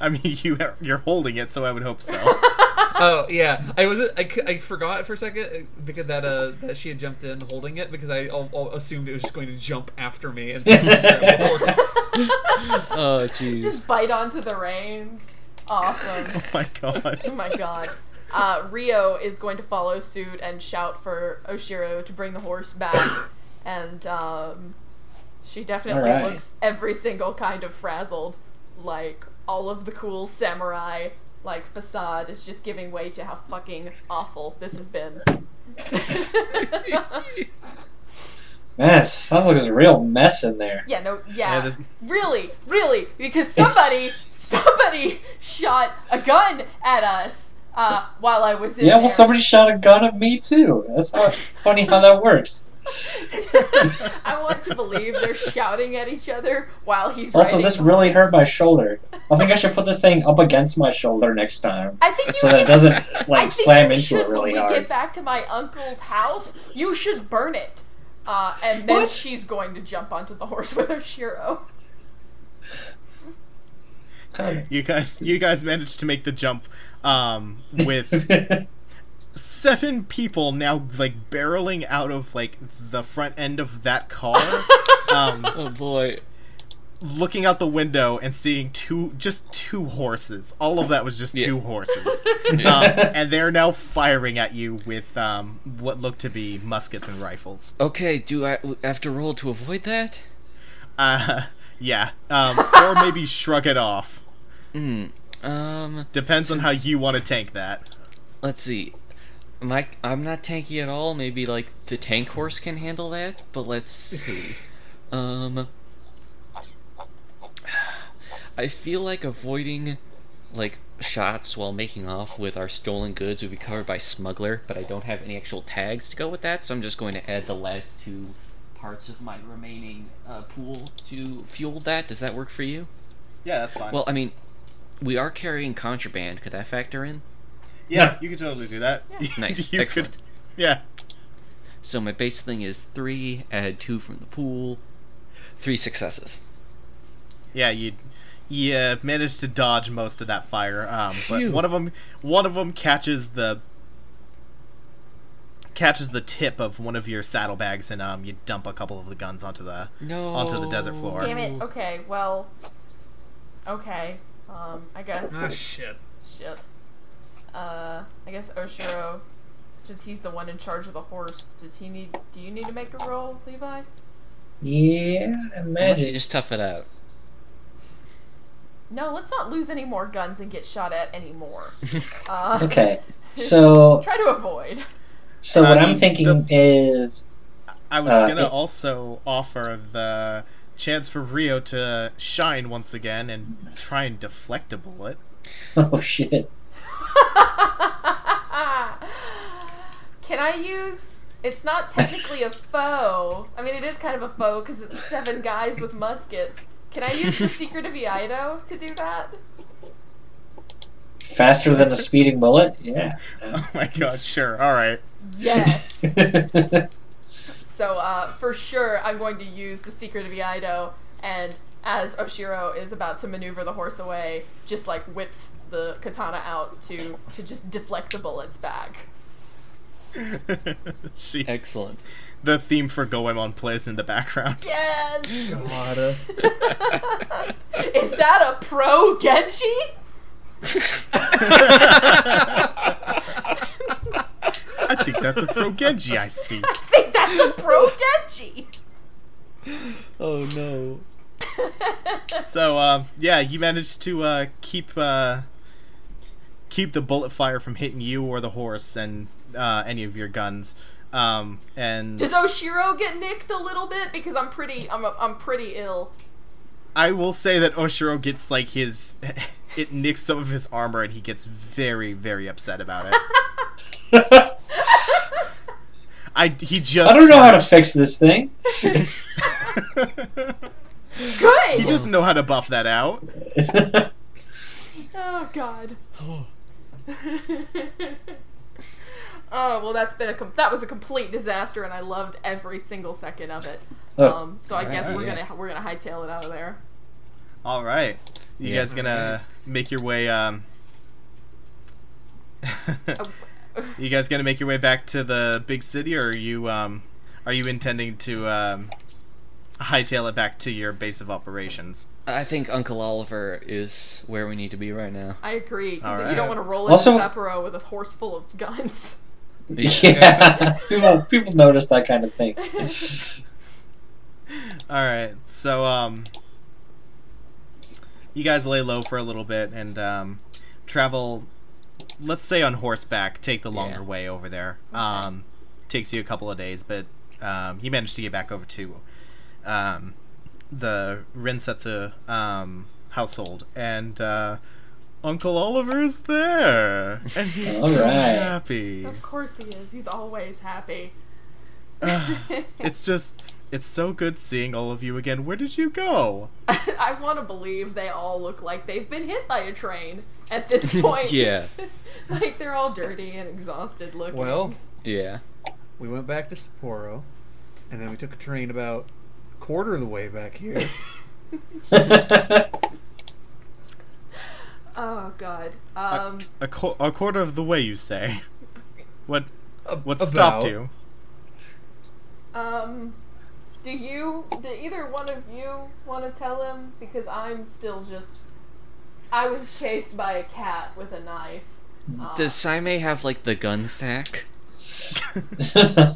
S2: I mean, you you're holding it, so I would hope so.
S3: oh yeah, I was I, c- I forgot for a second uh, because that uh that she had jumped in holding it because I all, all assumed it was just going to jump after me and grab the horse.
S5: Oh jeez.
S4: Just bite onto the reins. Awesome.
S2: oh my
S4: Oh
S2: god.
S4: my god. Uh, Rio is going to follow suit and shout for Oshiro to bring the horse back. and um, she definitely
S1: Alright.
S4: looks every single kind of frazzled. Like all of the cool samurai, like facade is just giving way to how fucking awful this has been.
S1: Man, it sounds like there's a real mess in there.
S4: yeah, no,
S2: Yeah,
S4: yeah.
S2: this-
S4: really, really, because somebody, somebody shot a gun at us uh, while I was in
S1: Yeah,
S4: there.
S1: well, somebody shot a gun at me too. That's how, funny how that works.
S4: I want to believe they're shouting at each other while he's
S1: Also,
S4: riding
S1: this
S4: the-
S1: really hurt my shoulder. I think I should put this thing up against my shoulder next time,
S4: I think you
S1: so
S4: should
S1: that it doesn't
S4: I
S1: like
S4: think
S1: slam
S4: you
S1: into
S4: should,
S1: it really
S4: when we
S1: hard.
S4: get back to my uncle's house, you should burn it. Uh, and then
S1: What?
S4: she's going to jump onto the horse with her Shiro.
S2: you guys, you guys managed to make the jump um, with seven people now like barreling out of like the front end of that car um,
S5: Oh boy.
S2: looking out the window and seeing two just two horses all of that was just
S5: Yeah.
S2: two horses
S5: Yeah.
S2: um, and they're now firing at you with um, what look to be muskets and rifles
S5: okay, do I w- have to roll to avoid that?
S2: uh, yeah um, or maybe shrug it off
S5: Hmm. Um.
S2: depends on how you want to tank that
S5: Let's see. My, I'm not tanky at all. Maybe like the tank horse can handle that. But let's see. um. I feel like avoiding, like shots while making off with our stolen goods would be covered by smuggler. But I don't have any actual tags to go with that, so I'm just going to add the last two parts of my remaining uh, pool to fuel that. Does that work for you?
S2: yeah that's fine
S5: Well, I mean, we are carrying contraband. Could that factor in?
S2: yeah you could totally do that
S5: Nice.
S2: You could-
S5: Excellent.
S2: yeah
S5: So my base thing is three, add two from the pool, three successes.
S2: Yeah, you you uh, managed to dodge most of that fire, um, but
S5: Phew.
S2: one of them one of 'em catches the catches the tip of one of your saddlebags, and um, you dump a couple of the guns onto the.
S5: No.
S2: Onto the desert floor.
S4: Damn it. Okay, well. Okay. Um, I guess.
S3: Ah, shit.
S4: Shit. Uh, I guess Oshiro, since he's the one in charge of the horse, does he need. Do you need to make a roll, Levi?
S1: yeah,
S5: Unless you
S1: imagine.
S5: just tough it out.
S4: No, let's not lose any more guns and get shot at anymore. Uh,
S1: Okay, so
S4: Try to avoid.
S1: so
S2: I
S1: what I'm
S2: mean,
S1: thinking
S2: the-
S1: is
S2: I was
S1: Uh,
S2: gonna
S1: it-
S2: also offer the chance for Rio to shine once again and try and deflect a bullet.
S1: oh shit.
S4: Can I use? It's not technically a foe. I mean, it is kind of a foe because it's seven guys with muskets. Can I use the secret of Iaido to do that?
S1: Faster than a speeding bullet? Yeah.
S2: Oh my god! Sure. All right.
S4: Yes. so uh, for sure, I'm going to use the secret of Iaido, and as Oshiro is about to maneuver the horse away, just like whips the katana out to to just deflect the bullets back.
S2: she,
S5: Excellent.
S2: the theme for Goemon plays in the background.
S4: Yes.
S3: God.
S4: Is that a pro Genji?
S2: I think that's a pro Genji I see.
S4: I think that's a pro Genji.
S5: Oh no.
S2: So um, yeah, you managed to uh, keep uh, keep the bullet fire from hitting you or the horse and uh, any of your guns. Um, and
S4: Does Oshiro get nicked a little bit because I'm pretty I'm I'm pretty ill.
S2: I will say that Oshiro gets like his it nicks some of his armor and he gets very very upset about it. I he just
S1: I don't know how to fix this thing.
S2: he
S4: Good.
S2: doesn't know how to buff that out.
S4: Oh god. oh well, that's been a com- that was a complete disaster, and I loved every single second of it.
S1: Oh.
S4: Um, so I guess we're
S5: yeah.
S4: gonna we're gonna hightail it out of there.
S2: All right, you
S5: Yeah.
S2: guys gonna make your way. Um,
S4: Oh,
S2: you guys gonna make your way back to the big city, or are you um, are you intending to um, hightail it back to your base of operations?
S5: I think Uncle Oliver is where we need to be right now.
S4: I agree because
S2: Alright.
S4: you don't want to roll into
S1: Also-
S4: Sapporo with a horse full of guns.
S1: Yeah, people, people notice that kind of thing.
S2: All right, so um, you guys lay low for a little bit, and um, travel, let's say on horseback, take the longer
S5: Yeah.
S2: way over there. Um, takes you a couple of days, but um, you manage to get back over to um, the Rensetsu um, household, and uh, Uncle Oliver's there, and he's
S1: All
S2: so
S1: right.
S2: happy.
S4: Of course he is. He's always happy.
S2: It's just, it's so good seeing all of you again. Where did you go?
S4: I want to believe they all look like they've been hit by a train at this point.
S5: yeah,
S4: like they're all dirty and exhausted looking.
S3: Well,
S5: yeah.
S3: we went back to Sapporo, and then we took a train about a quarter of the way back here.
S4: oh god. Um,
S2: A, qu- a quarter of the way, you say. What?
S3: A-
S2: What
S3: about.
S2: stopped you?
S4: um, do you? Do either one of you want to tell him? Because I'm still just. I was chased by a cat with a knife. Uh,
S5: Does Saime have like the gun sack?
S4: gun sack.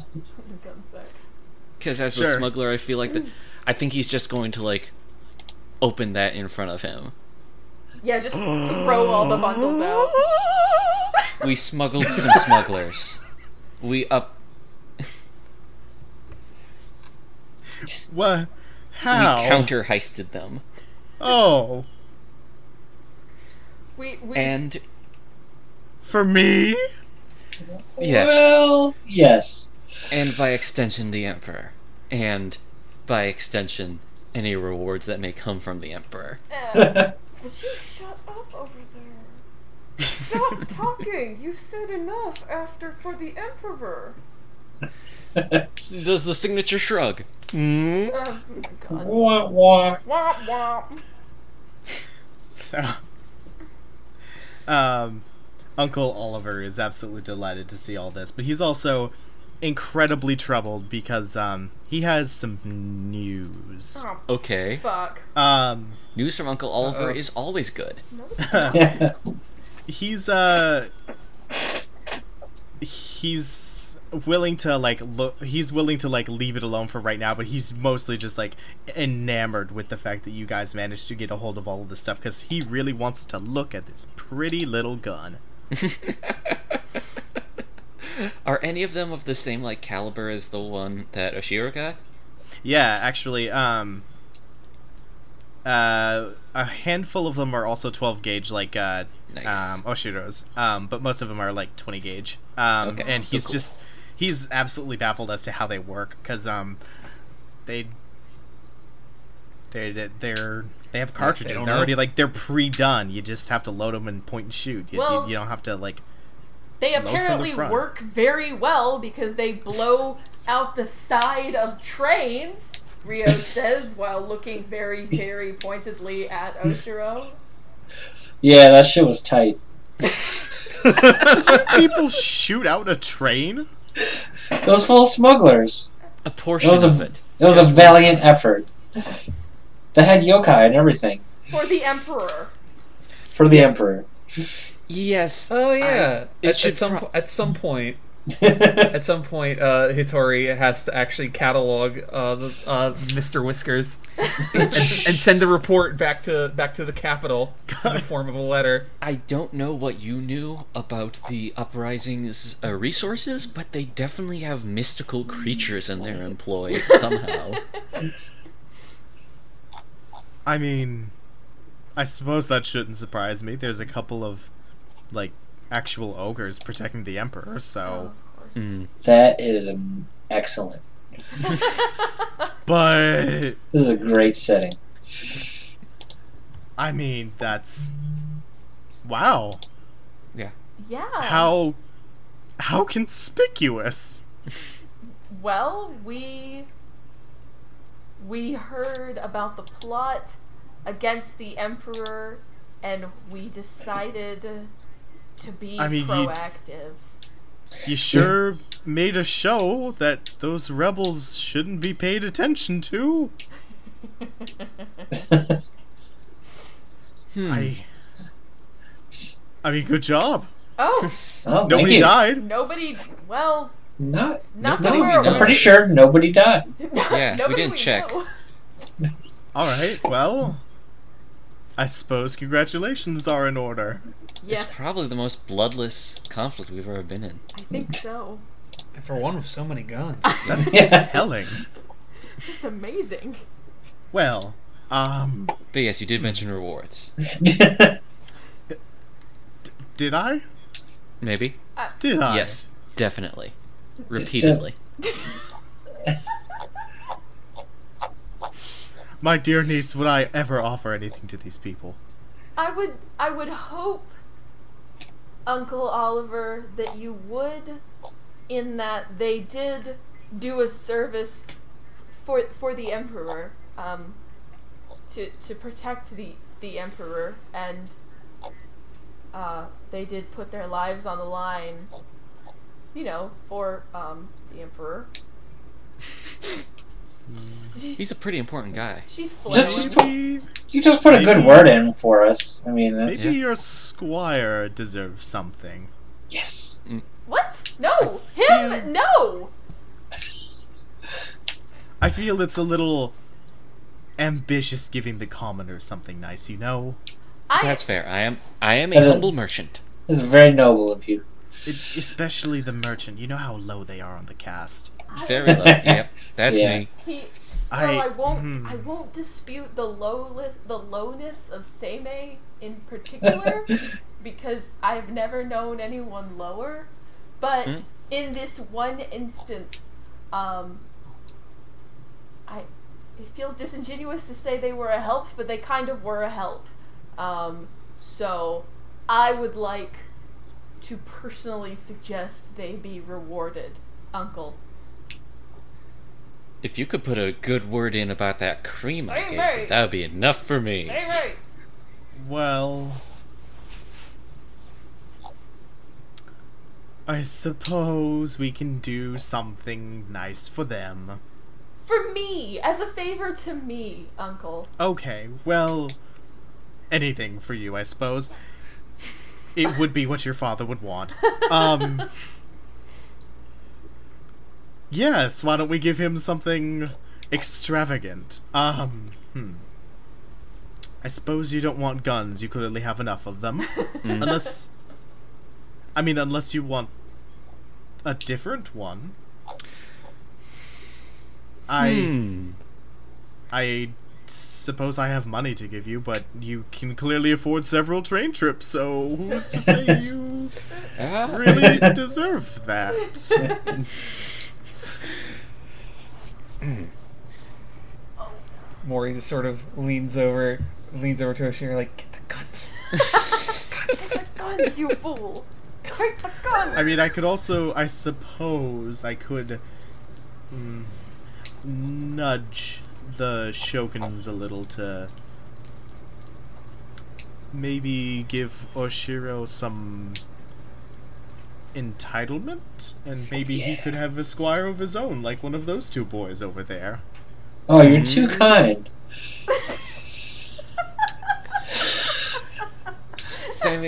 S5: Because as the
S2: Sure.
S5: smuggler, I feel like the, I think he's just going to like open that in front of him.
S4: Yeah, just throw all the bundles out.
S5: We smuggled some smugglers. We up.
S2: What?
S5: We
S2: How?
S5: counter heisted them,
S2: Oh,
S4: We we
S5: and
S2: for me?
S5: Yes.
S1: Well, yes.
S5: and by extension, the emperor, and by extension, any rewards that may come from the emperor.
S4: Uh, would you shut up over there? Stop talking! You said enough after for the Emperor!
S5: Does the signature shrug? Hmm.
S4: Oh, God.
S1: Wah, wah.
S4: Womp womp.
S2: So, um, Uncle Oliver is absolutely delighted to see all this, but he's also incredibly troubled because um he has some news.
S4: Oh,
S5: Okay.
S4: fuck.
S2: Um,
S5: News from Uncle Oliver
S3: Uh-oh.
S5: is always good.
S2: he's uh he's willing to like look he's willing to like leave it alone for right now but he's mostly just like enamored with the fact that you guys managed to get a hold of all of this stuff because he really wants to look at this pretty little gun
S5: Are any of them of the same like caliber as the one that Oshiro got?
S2: yeah actually um uh a handful of them are also 12 gauge like uh
S5: Nice.
S2: um
S1: Oh.
S2: oshiros um but most of them are like 20 gauge um
S5: Okay,
S2: and
S5: still
S2: he's
S5: cool.
S2: just he's absolutely baffled as to how they work because um they they they're they have cartridges
S3: don't
S2: they are
S3: know.
S2: already like they're pre-done you just have to load them and point and shoot you, you-
S4: Well-
S2: you don't have to like
S4: They
S2: from the
S4: apparently
S2: front.
S4: work very well because they blow out the side of trains, Rio says while looking very, very pointedly at Oshiro.
S1: Yeah, that shit was tight.
S2: people shoot out a train
S1: Those full smugglers.
S5: a portion
S1: Those
S5: of
S1: are-
S5: it.
S1: It was a valiant effort. They had yokai and everything
S4: For the Emperor.
S1: for the emperor.
S5: Yes.
S1: Uh.
S3: Oh yeah.
S5: it
S3: at,
S5: should
S3: at some
S5: pro-
S3: at some point at some point uh, Hitori has to actually catalog uh, the, uh, Mr. Whiskers and, and send the report back to back to the capital in the form of a letter.
S5: I don't know what you knew about the uprising's uh, resources, but they definitely have mystical creatures in their employ somehow.
S2: I mean, I suppose that shouldn't surprise me. There's a couple of, like, actual ogres protecting the emperor,
S4: Oh.
S2: so.
S5: Mm.
S1: that is um, excellent.
S2: Mm. But
S1: This is a great setting.
S2: I mean, that's wow.
S4: Yeah.
S2: How how conspicuous.
S4: Well, we we heard about the plot against the emperor, and we decided to be
S2: I mean, you-
S4: proactive.
S2: You sure made a show that those rebels shouldn't be paid attention to.
S1: Oh,
S5: Hmm.
S2: I I mean, good job.
S4: Oh,
S1: Oh, thank
S2: Nobody
S1: you.
S2: died.
S4: nobody. Well,
S1: Not,
S4: not that
S5: Nobody
S4: we're
S5: we
S1: I'm
S5: know.
S4: aware.
S1: pretty sure nobody died.
S5: Yeah, we
S4: nobody
S5: didn't check.
S4: know.
S2: All right. Well, I suppose congratulations are in order.
S4: Yes,
S5: It's probably the most bloodless conflict we've ever been in.
S4: I think so.
S3: And for one with so many guns.
S2: That's
S1: Yeah.
S2: telling.
S4: It's amazing.
S2: Well, um,
S5: But yes, you did mention rewards.
S2: did I?
S5: Maybe.
S2: Did I?
S5: Yes, definitely. Repeatedly.
S2: My dear niece, would I ever offer anything to these people?
S4: I would I would hope Uncle Oliver that you would in that they did do a service for for the emperor um to to protect the the emperor and uh they did put their lives on the line you know for um the emperor
S5: He's
S4: she's,
S5: a pretty important guy.
S4: she's
S1: Just-
S4: flailing.
S2: Maybe,
S1: you just put a good
S2: Maybe-
S1: word in for us. I mean, that's
S2: maybe your squire deserves something.
S1: yes.
S4: what no him no
S2: I feel it's a little ambitious giving the commoners something nice, you know?
S4: i
S5: That's fair. I am I am a
S2: Uh,
S1: And then-
S5: humble merchant.
S1: It's very noble of you.
S2: It, especially the merchant. You know how low they are on the cast.
S4: I-
S5: Very low. Yep. That's
S1: Yeah.
S5: me.
S4: He,
S2: I-
S4: no, I won't.
S2: hmm.
S4: I won't dispute the lowness, the lowness of Seimei in particular, because I've never known anyone lower. But
S5: Hmm.
S4: in this one instance, um, I it feels disingenuous to say they were a help, but they kind of were a help. Um, so I would like to personally suggest they be rewarded, Uncle.
S5: If you could put a good word in about that cream I
S4: Say
S5: gave,
S4: mate.
S5: you, that would be enough for me.
S4: Seimei.
S2: Well. I suppose we can do something nice for them.
S4: For me, as a favor to me, Uncle.
S2: Okay, well. Anything for you, I suppose. It would be what your father would want. Um. Yes, why don't we give him something extravagant? Um. Hmm. I suppose you don't want guns. You clearly have enough of them. unless. I mean, unless you want a different one. I.
S5: Hmm.
S2: I suppose I have money to give you, but you can clearly afford several train trips, so who's to say you
S5: Ah.
S2: really deserve that?
S3: Maury just sort of leans over, leans over to her and like, get the guns.
S4: The guns, you fool! Take the guns!
S2: I mean, I could also, I suppose, I could mm, nudge the shoguns a little to maybe give Oshiro some entitlement, and maybe he could have a squire of his own, like one of those two boys over there.
S1: Oh, you're too
S2: Mm-hmm.
S1: kind.
S5: Sammy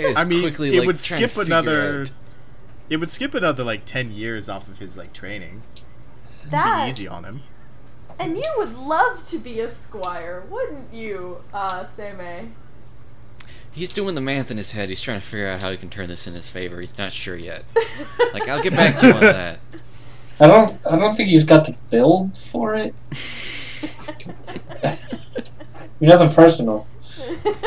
S5: is
S2: I mean,
S5: quickly
S2: it
S5: like
S2: would
S5: trying to
S2: skip
S5: figure
S2: another.
S5: out-
S2: It would skip another like ten years off of his like training. Be
S4: That,
S2: easy on him.
S4: and you would love to be a squire, wouldn't you, uh, Seimei?
S5: He's doing the math in his head. He's trying to figure out how he can turn this in his favor. He's not sure yet. Like, I'll get back to you on that.
S1: I don't. I don't think he's got the build for it. Nothing personal.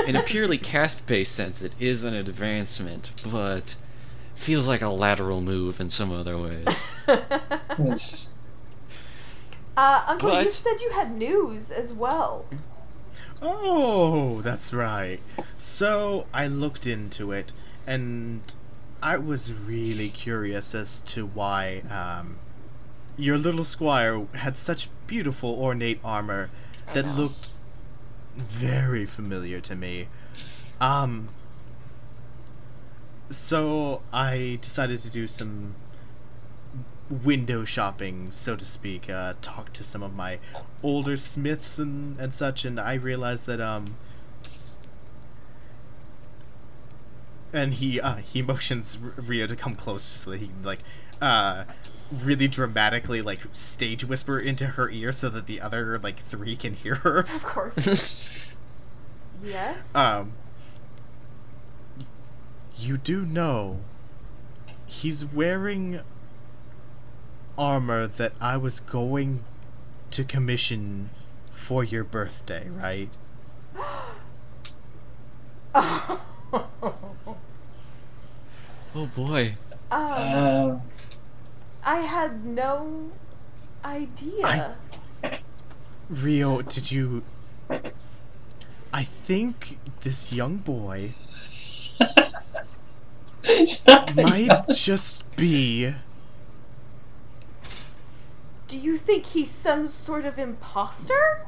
S5: In a purely cast based sense, it is an advancement, but feels like a lateral move in some other ways.
S1: It's,
S4: uh, Uncle, you
S5: But-
S4: said you had news as well.
S2: Oh, that's right. So I looked into it, and I was really curious as to why um, your little squire had such beautiful ornate armor that looked very familiar to me. Um, so I decided to do some window shopping, so to speak. Uh, talk to some of my older smiths and, and such, and I realized that um. And he uh, he motions R- Rio to come close so that he can like, uh, really dramatically like stage whisper into her ear so that the other like three can hear her.
S4: Of course. Yes?
S2: Um, You do know he's wearing armor that I was going to commission for your birthday, right?
S4: Um,
S5: Oh boy.
S4: Um,
S1: Um,
S4: I had no idea.
S2: I- Rio, did you. I think this young boy
S1: uh,
S2: might just be.
S4: Do you think he's some sort of imposter?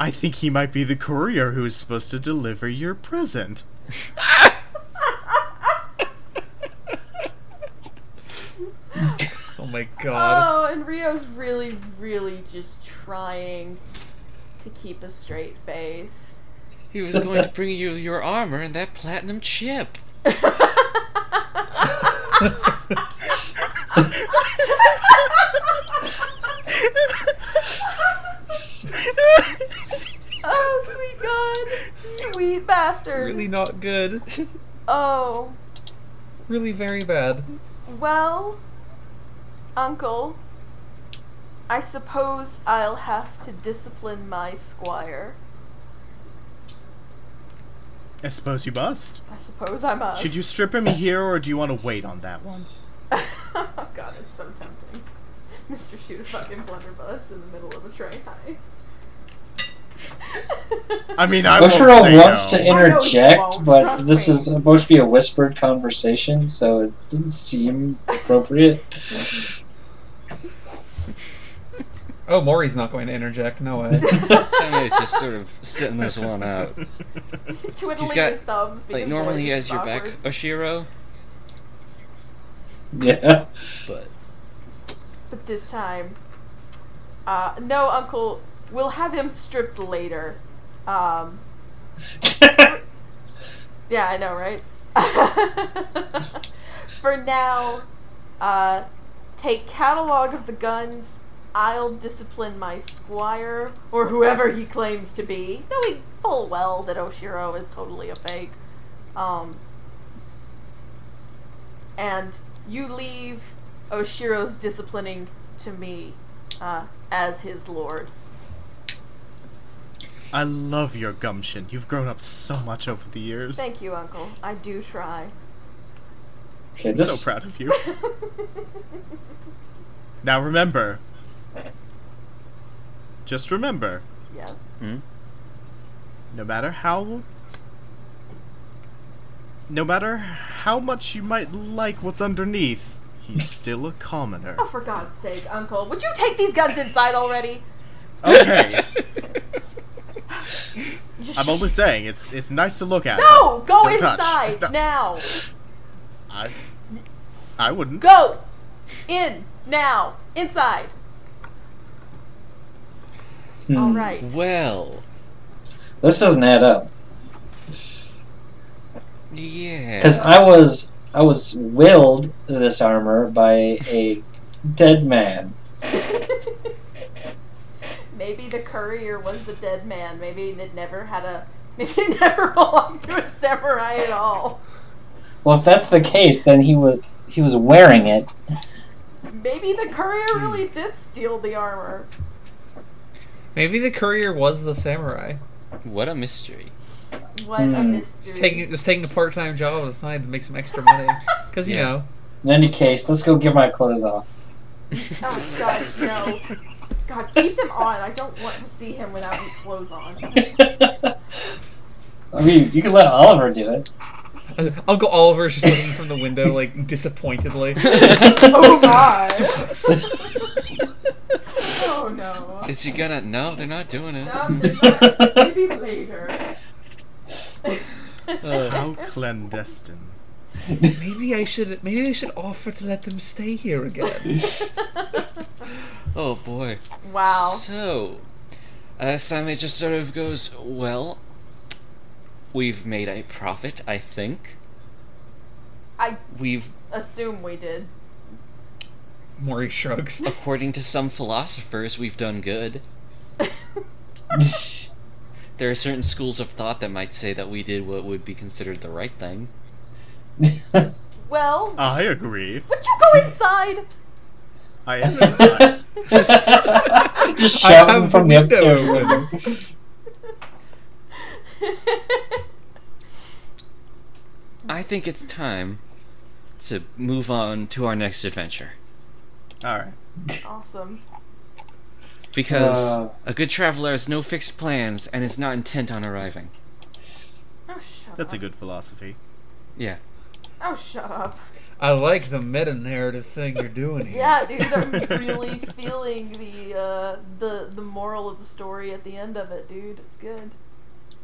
S2: I think he might be the courier who is supposed to deliver your present.
S3: Oh my god.
S4: Oh, and Rio's really, really just trying to keep a straight face.
S5: He was going to bring you your armor and that platinum chip.
S4: Oh, sweet God. Sweet bastard.
S3: Really not good.
S4: Oh,
S3: Really very bad.
S4: well, Uncle, I suppose I'll have to discipline my squire.
S2: I suppose you must.
S4: I suppose I must.
S2: Should you strip him here or do you want to wait on that one?
S4: oh god, it's so tempting. Mr. Shoot a fucking blunderbuss in the middle of a train heist.
S2: I mean, I won't
S1: Bushiro
S2: say
S1: wants
S2: no.
S1: to
S4: I know you
S1: interject,
S4: won't,
S1: but
S4: trust
S1: this
S4: me.
S1: is supposed to be a whispered conversation, so it didn't seem appropriate.
S3: Oh, Maury's not going to interject. No way.
S5: Sammy's just sort of sitting this one out.
S4: Twiddling
S5: He's got-
S4: his thumbs.
S5: Like
S4: because
S5: normally
S4: boy,
S5: he
S4: this
S5: has
S4: is
S5: your back,
S4: awkward.
S5: Oshiro,
S1: Yeah.
S5: but
S4: But this time, uh, no, Uncle. We'll have him stripped later. Um, yeah, I know, right? For now, uh, take catalog of the guns. I'll discipline my squire or whoever he claims to be, knowing full well that Oshiro is totally a fake. Um, and you leave Oshiro's disciplining to me uh, as his lord.
S2: I love your gumption. You've grown up so much over the years.
S4: Thank you, Uncle. I do try.
S1: Okay,
S2: I'm
S1: this,
S2: so proud of you. Now remember. Just remember,
S4: yes.
S5: Hmm?
S2: no matter how no matter how much you might like what's underneath, he's still a commoner.
S4: Oh, for God's sake, Uncle, would you take these guns inside already?
S2: Okay.
S4: Just
S2: I'm only saying it's it's nice to look at.
S4: No,
S2: but
S4: go
S2: don't touch.
S4: inside
S2: No,
S4: now.
S2: I I wouldn't.
S4: Go in now. Inside.
S1: hmm,
S2: Mm.
S4: All right.
S5: well,
S1: This doesn't add up because
S5: yeah.
S1: I was I was willed this armor by a dead man.
S4: Maybe the courier was the dead man. Maybe it never had a. Maybe it never belonged to a samurai at all.
S1: Well, if that's the case, then he was he was wearing it.
S4: Maybe the
S2: Mm.
S4: courier really did steal the armor.
S3: Maybe the courier was the samurai.
S5: What a mystery.
S4: What a
S2: Mm.
S1: Hmm.
S4: mystery.
S3: Just taking, just taking a part time job on the side to make some extra money. Because, you
S5: Yeah.
S3: know.
S1: In any case, let's go get my clothes off.
S4: Oh God, no! God, keep them on. I don't want to see him without his clothes on.
S1: I mean, you can let Oliver do it.
S3: Uncle Oliver's just looking from the window, like, disappointedly.
S4: Oh my! oh no!
S5: Is she gonna? No, they're not doing it.
S4: Um, they might- Maybe later.
S2: Uh, How clandestine.
S3: Maybe I should maybe I should offer to let them stay here again.
S5: Oh boy.
S4: wow.
S5: So, uh, Sammy just sort of goes, "Well, we've made a profit, I think.
S4: I
S5: We've,
S4: assume we did.
S3: Maury shrugs.
S5: according to some philosophers, we've done good. There are certain schools of thought that might say that we did what would be considered the right thing.
S4: Well,
S2: I agree.
S4: would you go inside?
S2: I am inside.
S1: Just
S3: I
S1: shouting
S3: have
S1: from the
S3: the
S1: upstairs
S3: window.
S1: window.
S5: I think it's time to move on to our next adventure.
S2: All right.
S4: awesome.
S5: Because
S1: Uh.
S5: a good traveler has no fixed plans and is not intent on arriving.
S4: Oh, shut
S2: That's a
S4: up.
S2: good philosophy.
S5: Yeah.
S4: Oh, shut up.
S3: I like the meta narrative thing you're doing here.
S4: Yeah, dude, I'm really feeling the uh, the the moral of the story at the end of it, dude. It's good.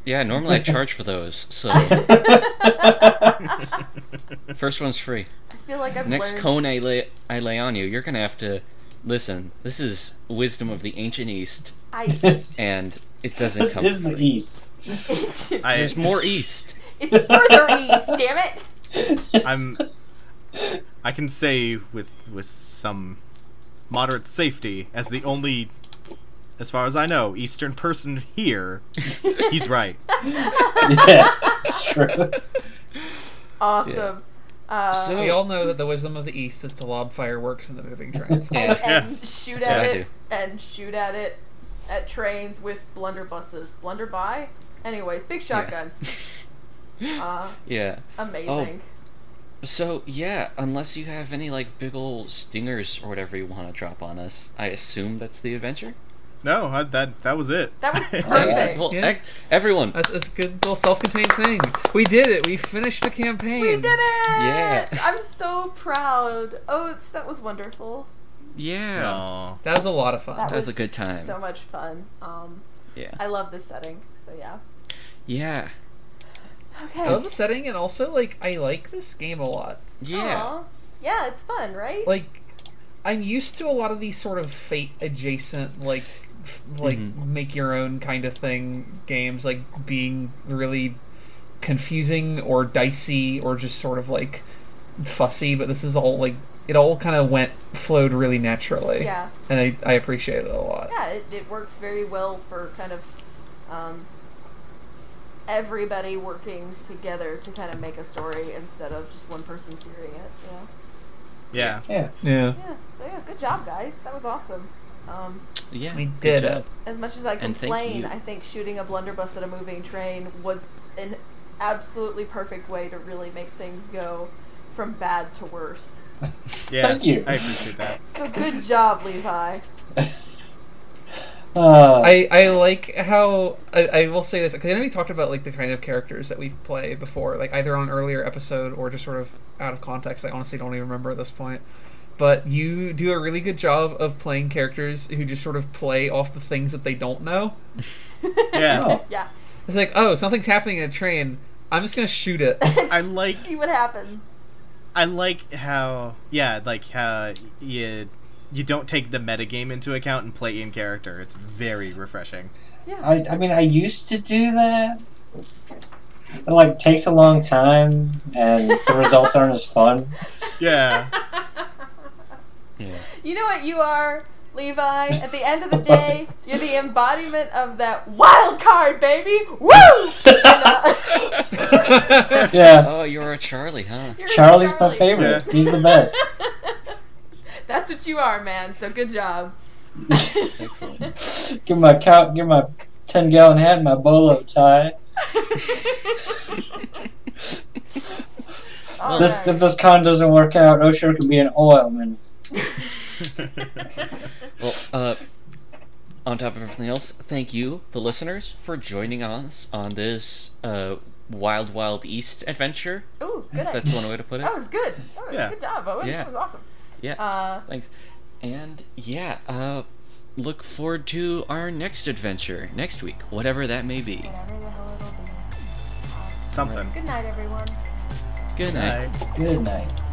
S5: Yeah, normally I charge for those, so
S4: I
S5: first one's free.
S4: feel like I've
S5: Next
S4: learned.
S5: cone I lay, I lay on you, you're gonna have to listen. This is wisdom of the ancient East,
S4: I,
S5: and it doesn't
S1: this
S5: come.
S1: is the
S5: free.
S1: east.
S4: it's,
S2: I,
S5: There's more East.
S4: it's further east, damn it.
S2: I'm. I can say with with some moderate safety, as the only, as far as I know, Eastern person here, he's right.
S1: yeah, it's true.
S4: Awesome. Uh,
S5: So-
S3: We all know that the wisdom of the East is to lob fireworks in the moving trains.
S4: and,
S5: Yeah.
S4: and shoot
S5: That's
S4: at
S5: what I
S4: it, and shoot at it at trains with blunderbusses, blunderby. Anyways, big shotguns. Uh,
S5: Yeah.
S4: amazing.
S5: So yeah, unless you have any like big old stingers or whatever you want to drop on us, I assume that's the adventure.
S2: No, I, that that was it.
S4: That was
S5: Alright,
S4: perfect.
S5: Well,
S3: Yeah. Uh,
S5: ec- everyone.
S3: That's, that's a good little self-contained thing. We did it. We finished the campaign.
S4: We did it!
S5: Yeah.
S4: I'm so proud. Oats, that was wonderful.
S5: Yeah.
S2: Aw.
S3: That was a lot of fun.
S4: That
S5: That was a good time.
S4: So much fun. Um,
S5: Yeah.
S4: I love this setting. So yeah.
S5: Yeah. Oh,
S3: I love
S4: Okay.
S3: the setting, and also like I like this game a lot.
S5: Yeah.
S4: Aw. Yeah, it's fun, right?
S3: Like I'm used to a lot of these sort of fate adjacent, like f- like
S5: Mm-hmm.
S3: make your own kind of thing games, like being really confusing or dicey or just sort of like fussy. But this is all like it all kind of went flowed really naturally.
S4: Yeah.
S3: and I I appreciate it a lot.
S4: yeah, it, it works very well for kind of um, everybody working together to kind of make a story instead of just one person steering it.
S2: yeah.
S4: Yeah.
S1: Yeah.
S3: Yeah,
S4: Yeah. So yeah, good job, guys. That was awesome. Um,
S5: Yeah.
S3: we
S5: good
S3: did
S5: job.
S3: it.
S4: as much as I
S5: And thank
S4: complain,
S5: you.
S4: I think shooting a blunderbuss at a moving train was an absolutely perfect way to really make things go from bad to worse.
S2: Yeah.
S1: Thank you.
S2: I appreciate that.
S4: So good job, Levi.
S1: Uh,
S3: I, I like how I, I will say this because I know we talked about like the kind of characters that we play before, like either on an earlier episode or just sort of out of context. I honestly don't even remember at this point. But you do a really good job of playing characters who just sort of play off the things that they don't know.
S2: Yeah.
S1: oh,
S4: Yeah.
S3: It's like, oh, something's happening in a train. I'm just gonna shoot it.
S2: I like
S4: See what happens.
S2: I like how yeah, like how you you don't take the metagame into account and play in character. It's very refreshing.
S4: Yeah.
S1: I, I mean, I used to do that. It like takes a long time, and the results aren't as fun.
S2: Yeah.
S5: Yeah.
S4: You know what you are, Levi? At the end of the day, you're the embodiment of that wild card, baby! Woo! And, uh,
S1: Yeah,
S5: Oh, you're a Charlie, huh?
S4: you're
S1: Charlie's my
S4: Charlie.
S1: favorite.
S2: Yeah.
S1: He's the best.
S4: That's what you are, man, so good job.
S1: Give my cow, give my ten gallon hat, my bolo tie.
S4: All
S1: This,
S4: right.
S1: if this con doesn't work out, Osher can be an oilman.
S5: Well, uh, on top of everything else, thank you, the listeners, for joining us on this uh, wild, wild East adventure.
S4: Ooh, good
S5: That's
S4: idea.
S5: one way to put it.
S4: That was good. That was
S2: Yeah.
S4: good job, Owen.
S5: Yeah.
S4: That was awesome.
S5: Yeah.
S4: Uh,
S5: Thanks. And yeah, uh, look forward to our next adventure next week, whatever that may be.
S4: whatever the hell it'll be.
S2: Something.
S4: Good night, everyone.
S5: Good night.
S2: I-
S1: Good night.